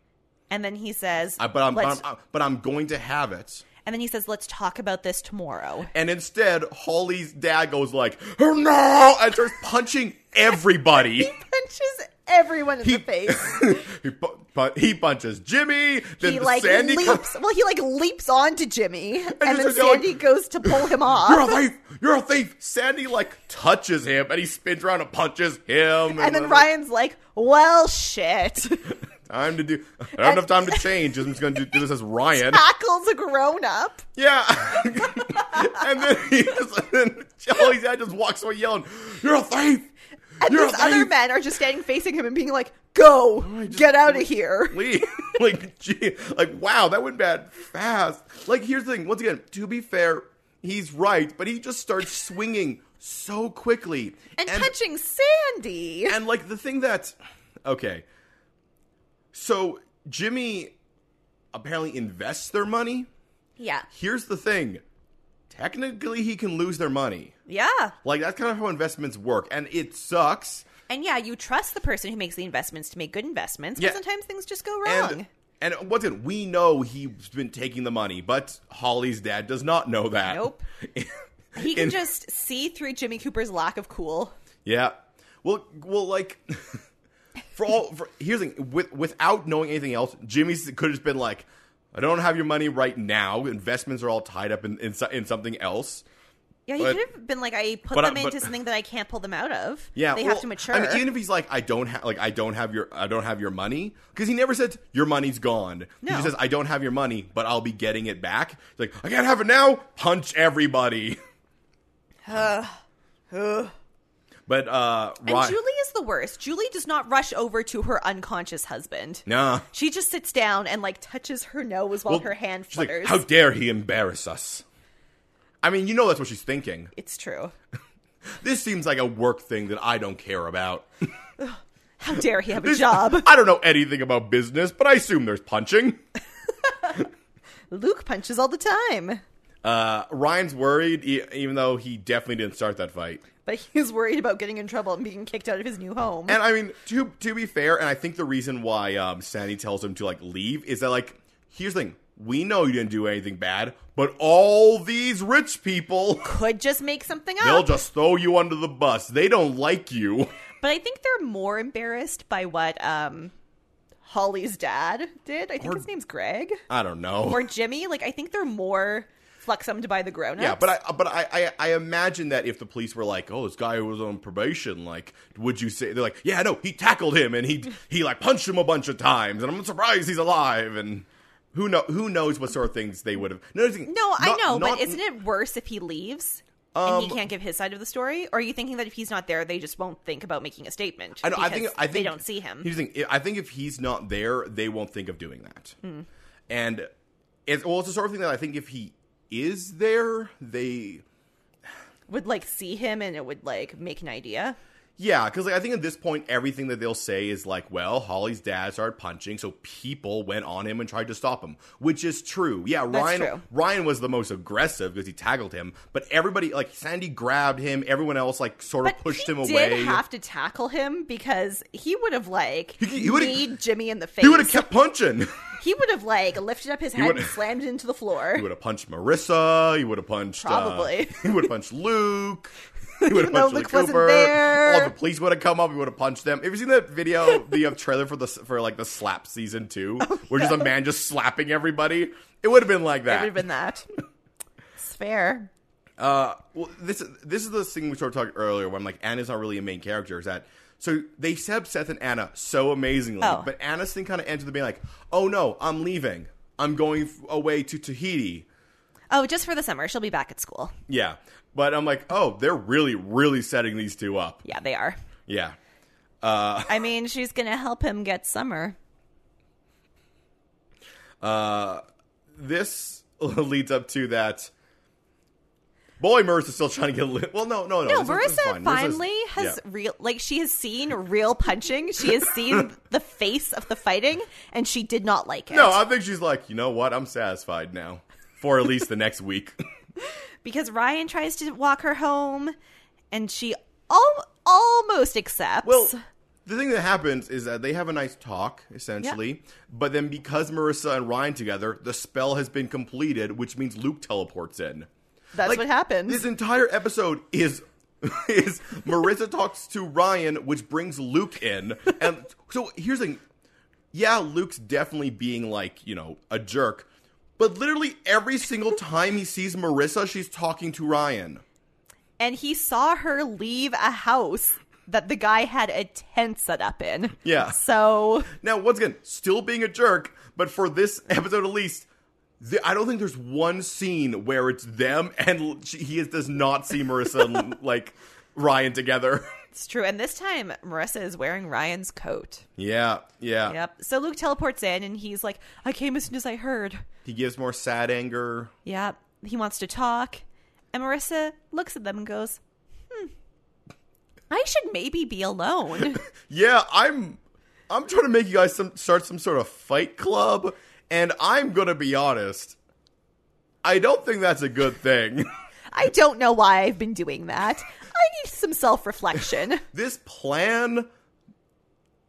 S2: And then he says,
S1: I, but I'm, but I'm,
S2: "Let's-"
S1: but I'm going to have it."
S2: and then he says, let's talk about this tomorrow.
S1: And instead, Holly's dad goes like, "Oh, "No!" and starts punching everybody.
S2: Punches everyone in
S1: (laughs)
S2: the face.
S1: he, pu- pu- he punches Jimmy. Then
S2: He
S1: the
S2: like
S1: Sandy
S2: leaps.
S1: comes.
S2: well, he like leaps onto Jimmy, and,
S1: just
S2: then
S1: starts yelling,
S2: Sandy goes to pull
S1: (laughs)
S2: him
S1: You're a
S2: off.
S1: thief! You're a thief! Sandy like touches him, and he spins around and punches him.
S2: And then Ryan's like,
S1: (laughs)
S2: "Well, shit."
S1: Time to do. I don't have time to change. I'm just going to do, do this as Ryan.
S2: Tackles a grown up.
S1: Yeah. (laughs) and then he just, and Charlie's dad just walks away yelling, "You're a thief!
S2: And
S1: You're a
S2: these other
S1: thief!"
S2: men are just standing facing him and being like, "Go,
S1: just-
S2: get out of here."
S1: Lee, (laughs) like, gee, like, wow, that went bad fast. Like, here's the thing. Once again, to be fair, he's right, but he just starts swinging so quickly
S2: And, punching Sandy.
S1: and like the thing that okay so jimmy apparently invests their money
S2: yeah,
S1: here's the thing technically he can lose their money
S2: yeah,
S1: like that's kind of how investments work and it sucks
S2: and yeah. You trust the person who makes the investments to make good investments, but
S1: Yeah.
S2: sometimes things just go wrong.
S1: and and once again we know he's been taking the money but holly's dad does not know that
S2: Nope. he can
S1: in-
S2: just see through Jimmy Cooper's lack of cool.
S1: (laughs) Yeah. Well, well, like (laughs) for all for, here's the thing, with without knowing anything else, Jimmy could have just been like, "I don't have your money right now. Investments are all tied up in in, so- in something else."
S2: Yeah, he
S1: But-
S2: could have been like, I put
S1: but I-
S2: them into
S1: but-
S2: something that I can't pull them out of.
S1: Yeah,
S2: they
S1: well,
S2: have to mature.
S1: I mean, even if he's like, "I don't have like I don't have your I don't have your money," because he never said your money's gone. He
S2: No.
S1: just says, "I don't have your money, but I'll be getting it back." He's like, "I can't have it now. Punch
S2: (sighs)
S1: everybody." But uh,
S2: and
S1: Ryan,
S2: Julie is the worst. Julie does not rush over to her unconscious husband.
S1: nah.
S2: She just sits down and like touches her nose while
S1: Well,
S2: her hand
S1: she's like,
S2: flutters.
S1: How dare he embarrass us? I mean, you know that's what she's thinking.
S2: it's true.
S1: This seems like a work thing that I don't care about. (laughs)
S2: How dare he have a job?
S1: I don't know anything about business, but I assume there's punching.
S2: Luke punches all the time,
S1: Uh, Ryan's worried, e- even though he definitely didn't start that fight.
S2: but he's worried about getting in trouble and being kicked out of his new home.
S1: And I mean, to to be fair, and I think the reason why um, Sandy tells him to like leave is that like, here's the thing: we know you didn't do anything bad, but all these rich people,
S2: Could just make something up.
S1: they'll just throw you under the bus. They don't like you. (laughs)
S2: But I think they're more embarrassed by what um Holly's dad did. I think
S1: Or-
S2: his name's Greg
S1: I don't know.
S2: or Jimmy. Like I think they're more fluxumed by the grown-ups.
S1: Yeah, but I but I, I I imagine that if the police were like, "Oh, this guy was on probation," like, would you say they're like, "Yeah, no, he tackled him and he he like punched him a bunch of times, and I'm surprised he's alive." And who know who knows what sort of things they would have. No,
S2: no, I know, but isn't it worse if he leaves and
S1: Um,
S2: he can't give his side of the story? Or are you thinking that if he's not there, they just won't think about making a statement?
S1: I, know, I think
S2: because
S1: I think
S2: they don't see him.
S1: Here's the thing: I think if he's not there, they won't think of doing that.
S2: Hmm.
S1: And it's well, it's the sort of thing that I think if he is there, they
S2: Would like see him, and it would like make an idea.
S1: Yeah, because like, I think at this point, everything that they'll say is like, well, Holly's dad started punching, so people went on him and tried to stop him, which is true. Yeah, Ryan
S2: true.
S1: Ryan was the most aggressive because he tackled him, but everybody, like, Sandy grabbed him, everyone else, like, sort of
S2: But
S1: pushed
S2: he
S1: him
S2: did
S1: away.
S2: have to tackle him because he would have like
S1: He- he would've-
S2: kneed Jimmy in the face.
S1: he would have kept punching. (laughs)
S2: He would have like lifted up his head and
S1: would've-
S2: slammed it into the floor.
S1: he would have punched Marissa. He would have punched. uh, (laughs)
S2: Probably.
S1: he would have punched Luke. He would
S2: (laughs)
S1: have
S2: though
S1: punched
S2: Luke
S1: Luke
S2: wasn't
S1: Cooper.
S2: there.
S1: All the police would have come up. He would have punched them. Have you seen that
S2: (laughs)
S1: video, the uh, trailer for the for like the slap season two,
S2: Oh,
S1: where just a man just slapping everybody? It would have been like
S2: It would have
S1: that.
S2: been that. It's fair.
S1: Uh, well, this is this is the thing we sort of talked earlier. Where I'm like, Anna's not really a main character. Is that so? They set up Seth and Anna so amazingly,
S2: Oh.
S1: but Anna's thing kind of ends with being like, "Oh no, I'm leaving. I'm going f- away to Tahiti."
S2: Oh, just for the summer. She'll be back at school.
S1: Yeah, but I'm like, "Oh, they're really, really setting these two up."
S2: Yeah, they are.
S1: Yeah,
S2: I mean, she's going to help him get summer.
S1: this (laughs) leads up to that. Boy, Marissa's still trying to get lit. Well, no, no, no.
S2: No,
S1: this is- this is
S2: Marissa
S1: fine. Marissa's-
S2: finally has
S1: yeah.
S2: real, like, she has seen real punching. She has
S1: (laughs)
S2: seen the face of the fighting, and she did not like it.
S1: No, I think she's like, you know what? I'm satisfied now for at least the next
S2: (laughs)
S1: week.
S2: because Ryan tries to walk her home, and she al- almost accepts.
S1: Well, the thing that happens is that they have a nice talk, essentially. But then because Marissa and Ryan together, the spell has been completed, which means Luke teleports in.
S2: That's
S1: Like,
S2: what happens.
S1: This entire episode is (laughs) is Marissa talks to Ryan, which brings Luke in. And so here's the thing. Yeah, Luke's definitely being like, you know, a jerk. But literally every single time he sees Marissa, she's talking to Ryan.
S2: and he saw her leave a house that the guy had a tent set up in.
S1: Yeah.
S2: So
S1: Now, once again, still being a jerk, but for this episode at least, th I don't think there's one scene where it's them and l- she, he is, does not see Marissa
S2: (laughs)
S1: and like Ryan together. (laughs)
S2: it's true. And this time, Marissa is wearing Ryan's coat.
S1: yeah, yeah,
S2: Yep. So Luke teleports in, and he's like, "I came as soon as I heard."
S1: He gives more sad anger.
S2: Yep. He wants to talk, and Marissa looks at them and goes, "Hmm, I should maybe be alone."
S1: Yeah, I'm. I'm trying to make you guys some start some sort of fight club, and I'm gonna be honest. I don't think that's a good thing. (laughs)
S2: I don't know why I've been doing that. I need some self reflection.
S1: this plan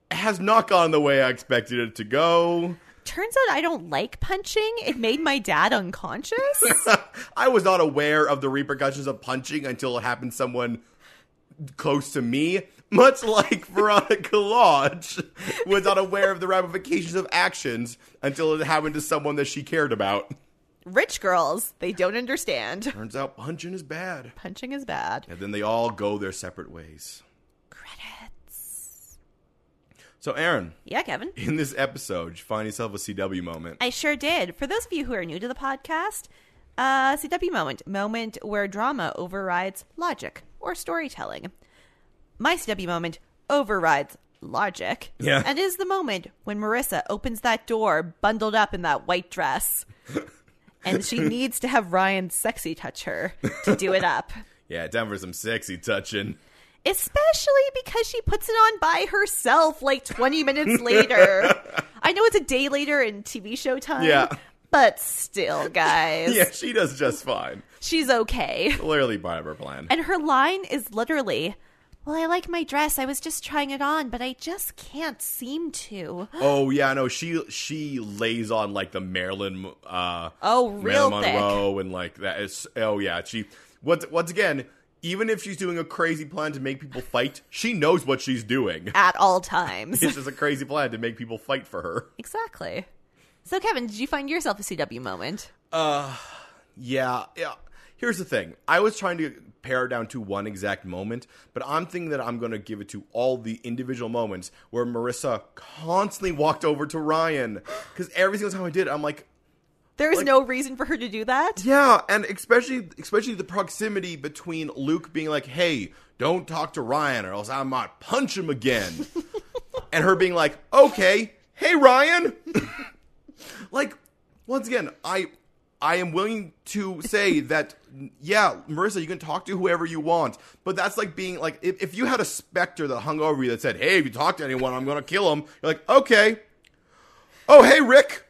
S1: has not gone the way I expected it to go. (laughs)
S2: Turns out I don't like punching. It made my dad unconscious.
S1: I was not aware of the repercussions of punching until it happened to someone close to me, much (laughs) like Veronica Lodge (laughs) was not aware of the ramifications of actions until it happened to someone that she cared about.
S2: Rich girls, they don't understand.
S1: Turns out punching is bad.
S2: Punching is bad.
S1: And then they all go their separate ways.
S2: Credits.
S1: So, Aaron,
S2: Yeah, Kevin.
S1: in this episode, you find yourself a CW moment.
S2: I sure did. For those of you who are new to the podcast, uh, CW moment, moment where drama overrides logic or storytelling. My CW moment overrides logic.
S1: Yeah.
S2: And is the moment when Marissa opens that door bundled up in that white (laughs) dress. and she needs to have Ryan sexy touch her to do it up.
S1: yeah, time for some sexy touching. (laughs)
S2: Especially because she puts it on by herself like
S1: (laughs)
S2: 20 minutes later. I know it's a day later in TV show time.
S1: Yeah.
S2: But still, guys,
S1: Yeah, she does just fine.
S2: she's okay.
S1: Clearly part of her plan.
S2: And her line is literally, Well, I like my dress. I was just trying it on, but I just can't seem to.
S1: Oh yeah, no, she she lays on like the Marilyn uh
S2: Oh, real
S1: Marilyn Monroe and like that is oh yeah, she once once again, even if she's doing a crazy plan to make people fight, she knows what she's doing. (laughs)
S2: At all times.
S1: It's just a crazy plan to make people fight for her.
S2: exactly. So, Kevin, did you find yourself a CW moment?
S1: Yeah, yeah. Here's the thing. I was trying to pare it down to one exact moment, but I'm thinking that I'm going to give it to all the individual moments where Marissa constantly walked over to Ryan cuz every single time I did, I'm like,
S2: There is
S1: Like-
S2: no reason for her to do that.
S1: Yeah, and especially especially the proximity between Luke being like, "Hey, don't talk to Ryan, or else I might punch him again," and her being like, "Okay, hey Ryan." (laughs) like, once again, I I am willing to say that yeah, Marissa, you can talk to whoever you want, but that's like being like if, if you had a specter that hung over you that said, "Hey, if you talk to anyone, I'm gonna kill him," you're like, "Okay." Oh, hey Rick.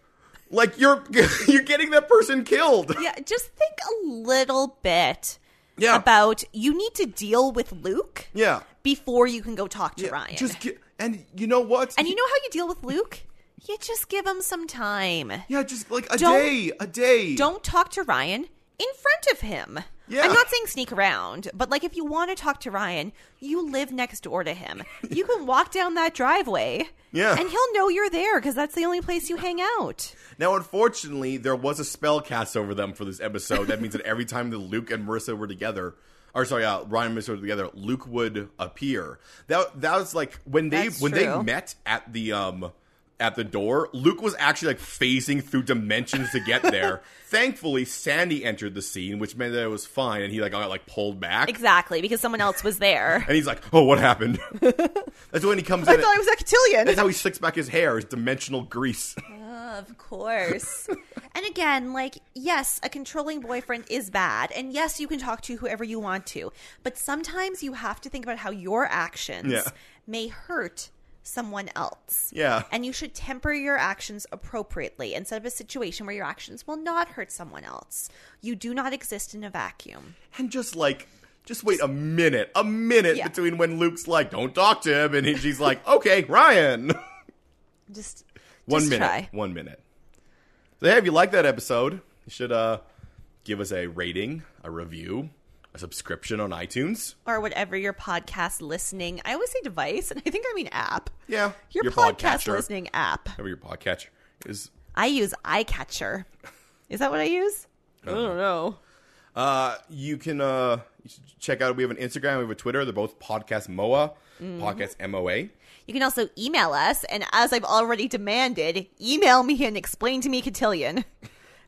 S1: Like you're (laughs) you're getting that person killed.
S2: Yeah, just think a little bit
S1: Yeah.
S2: about you need to deal with Luke
S1: Yeah.
S2: before you can go talk to
S1: Yeah,
S2: Ryan.
S1: Just get, and you know what?
S2: and you know how you deal with Luke? You just give him some time.
S1: yeah, just like a
S2: Don't-
S1: day, a day.
S2: Don't talk to Ryan. in front of him.
S1: Yeah.
S2: I'm not saying sneak around, but like if you want to talk to Ryan, you live next door to him. You can walk down that driveway.
S1: Yeah.
S2: And he'll know you're there because that's the only place you hang out.
S1: Now, unfortunately, there was a spell cast over them for this episode. That means that every time that Luke and Marissa were together, or sorry, uh, Ryan and Marissa were together, Luke would appear. That that was like when they
S2: That's
S1: when they
S2: true.
S1: met at the um at the door. Luke was actually like phasing through dimensions to get
S2: (laughs)
S1: there. Thankfully, Sandy entered the scene, which meant that it was fine, and he like got like pulled back.
S2: Exactly, because someone else
S1: (laughs)
S2: was there.
S1: And he's like, "Oh, what
S2: (laughs)
S1: happened?" That's when he comes
S2: I
S1: in.
S2: thought it was Actillion.
S1: That's how he slicks back his hair, his dimensional grease. (laughs)
S2: Of course. and again, like, yes, a controlling boyfriend is bad. And yes, you can talk to whoever you want to. But sometimes you have to think about how your actions
S1: Yeah.
S2: may hurt someone else.
S1: Yeah.
S2: And you should temper your actions appropriately and set up a situation where your actions will not hurt someone else. You do not exist in a vacuum.
S1: and just like just wait a minute a minute
S2: Yeah.
S1: between when luke's like don't talk to him and he- she's like okay ryan (laughs)
S2: Just
S1: one
S2: just
S1: minute
S2: Try.
S1: one minute so hey if you like that episode you should uh give us a rating a review a subscription on itunes
S2: Or whatever your podcast listening. I always say device, and I think I mean app.
S1: yeah
S2: Your, podcast listening app.
S1: whatever your podcatcher is
S2: I use eye catcher. Is that what I use? I don't know.
S1: Uh, you can uh, you should check out. We have an Instagram. We have a Twitter. They're both podcast Moa,
S2: Mm-hmm.
S1: podcast MOA.
S2: You can also email us, and as I've already demanded, email me and explain to me Cotillion.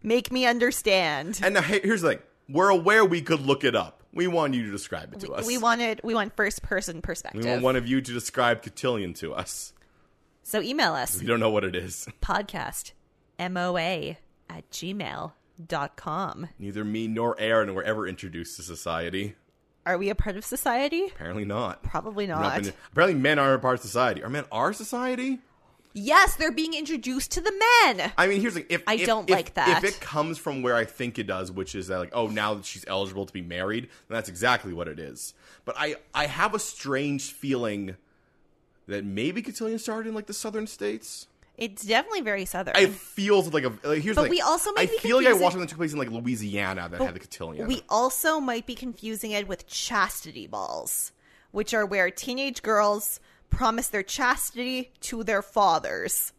S2: Make me understand.
S1: And now, hey, here's the thing: we're aware we could look it up. We want you to describe it to
S2: We,
S1: us.
S2: we wanted we want first person perspective.
S1: We want one of you to describe cotillion to us.
S2: so email us
S1: We don't know what it is.
S2: podcast moa at gmail.com.
S1: Neither me nor Aaron were ever introduced to society.
S2: Are we a part of society?
S1: Apparently not.
S2: Probably
S1: We're
S2: not.
S1: been- apparently men aren't a part of society. Are men our society?
S2: yes, they're being introduced to the men.
S1: I mean, here's like if
S2: I
S1: if-
S2: don't
S1: if-
S2: like that.
S1: If it comes from where I think it does, which is that like, oh, now that she's eligible to be married, then that's exactly what it is. But I I have a strange feeling that maybe cotillion started in like the southern states.
S2: It's definitely very southern.
S1: It feels like a like, here's
S2: But
S1: the thing.
S2: we also may
S1: I
S2: be
S1: feel like I
S2: confusing-
S1: watched something that took place in like Louisiana that had the cotillion.
S2: Oh, We also might be confusing it with chastity balls, which are where teenage girls promise their chastity to their fathers.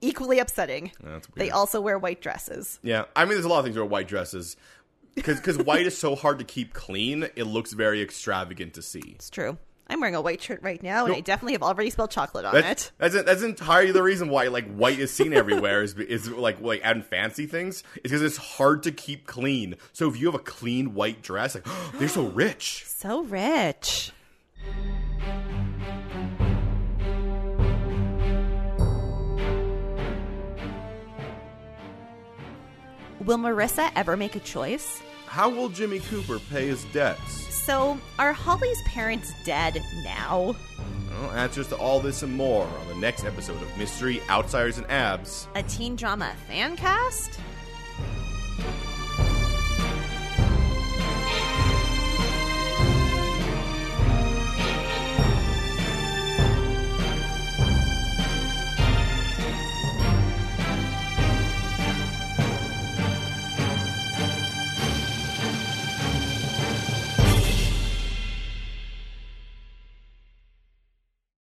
S2: Equally upsetting.
S1: That's
S2: They
S1: weird.
S2: also wear white dresses.
S1: Yeah, I mean, there's a lot of things that are white dresses because white is so hard to keep clean. It looks very extravagant to see.
S2: It's true. I'm wearing a white shirt right now, and I definitely have already spilled chocolate on
S1: That's
S2: it.
S1: that's, that's entirely the reason why like white is seen everywhere is is like like and fancy things is because it's hard to keep clean. So if you have a clean white dress, like (gasps) they're so rich.
S2: So rich. Will Marissa ever make a choice?
S1: How will Jimmy Cooper pay his debts?
S2: So, are Holly's parents dead now?
S1: Well, answers to all this and more on the next episode of Mystery Outsiders and Abs.
S2: A teen drama fan cast?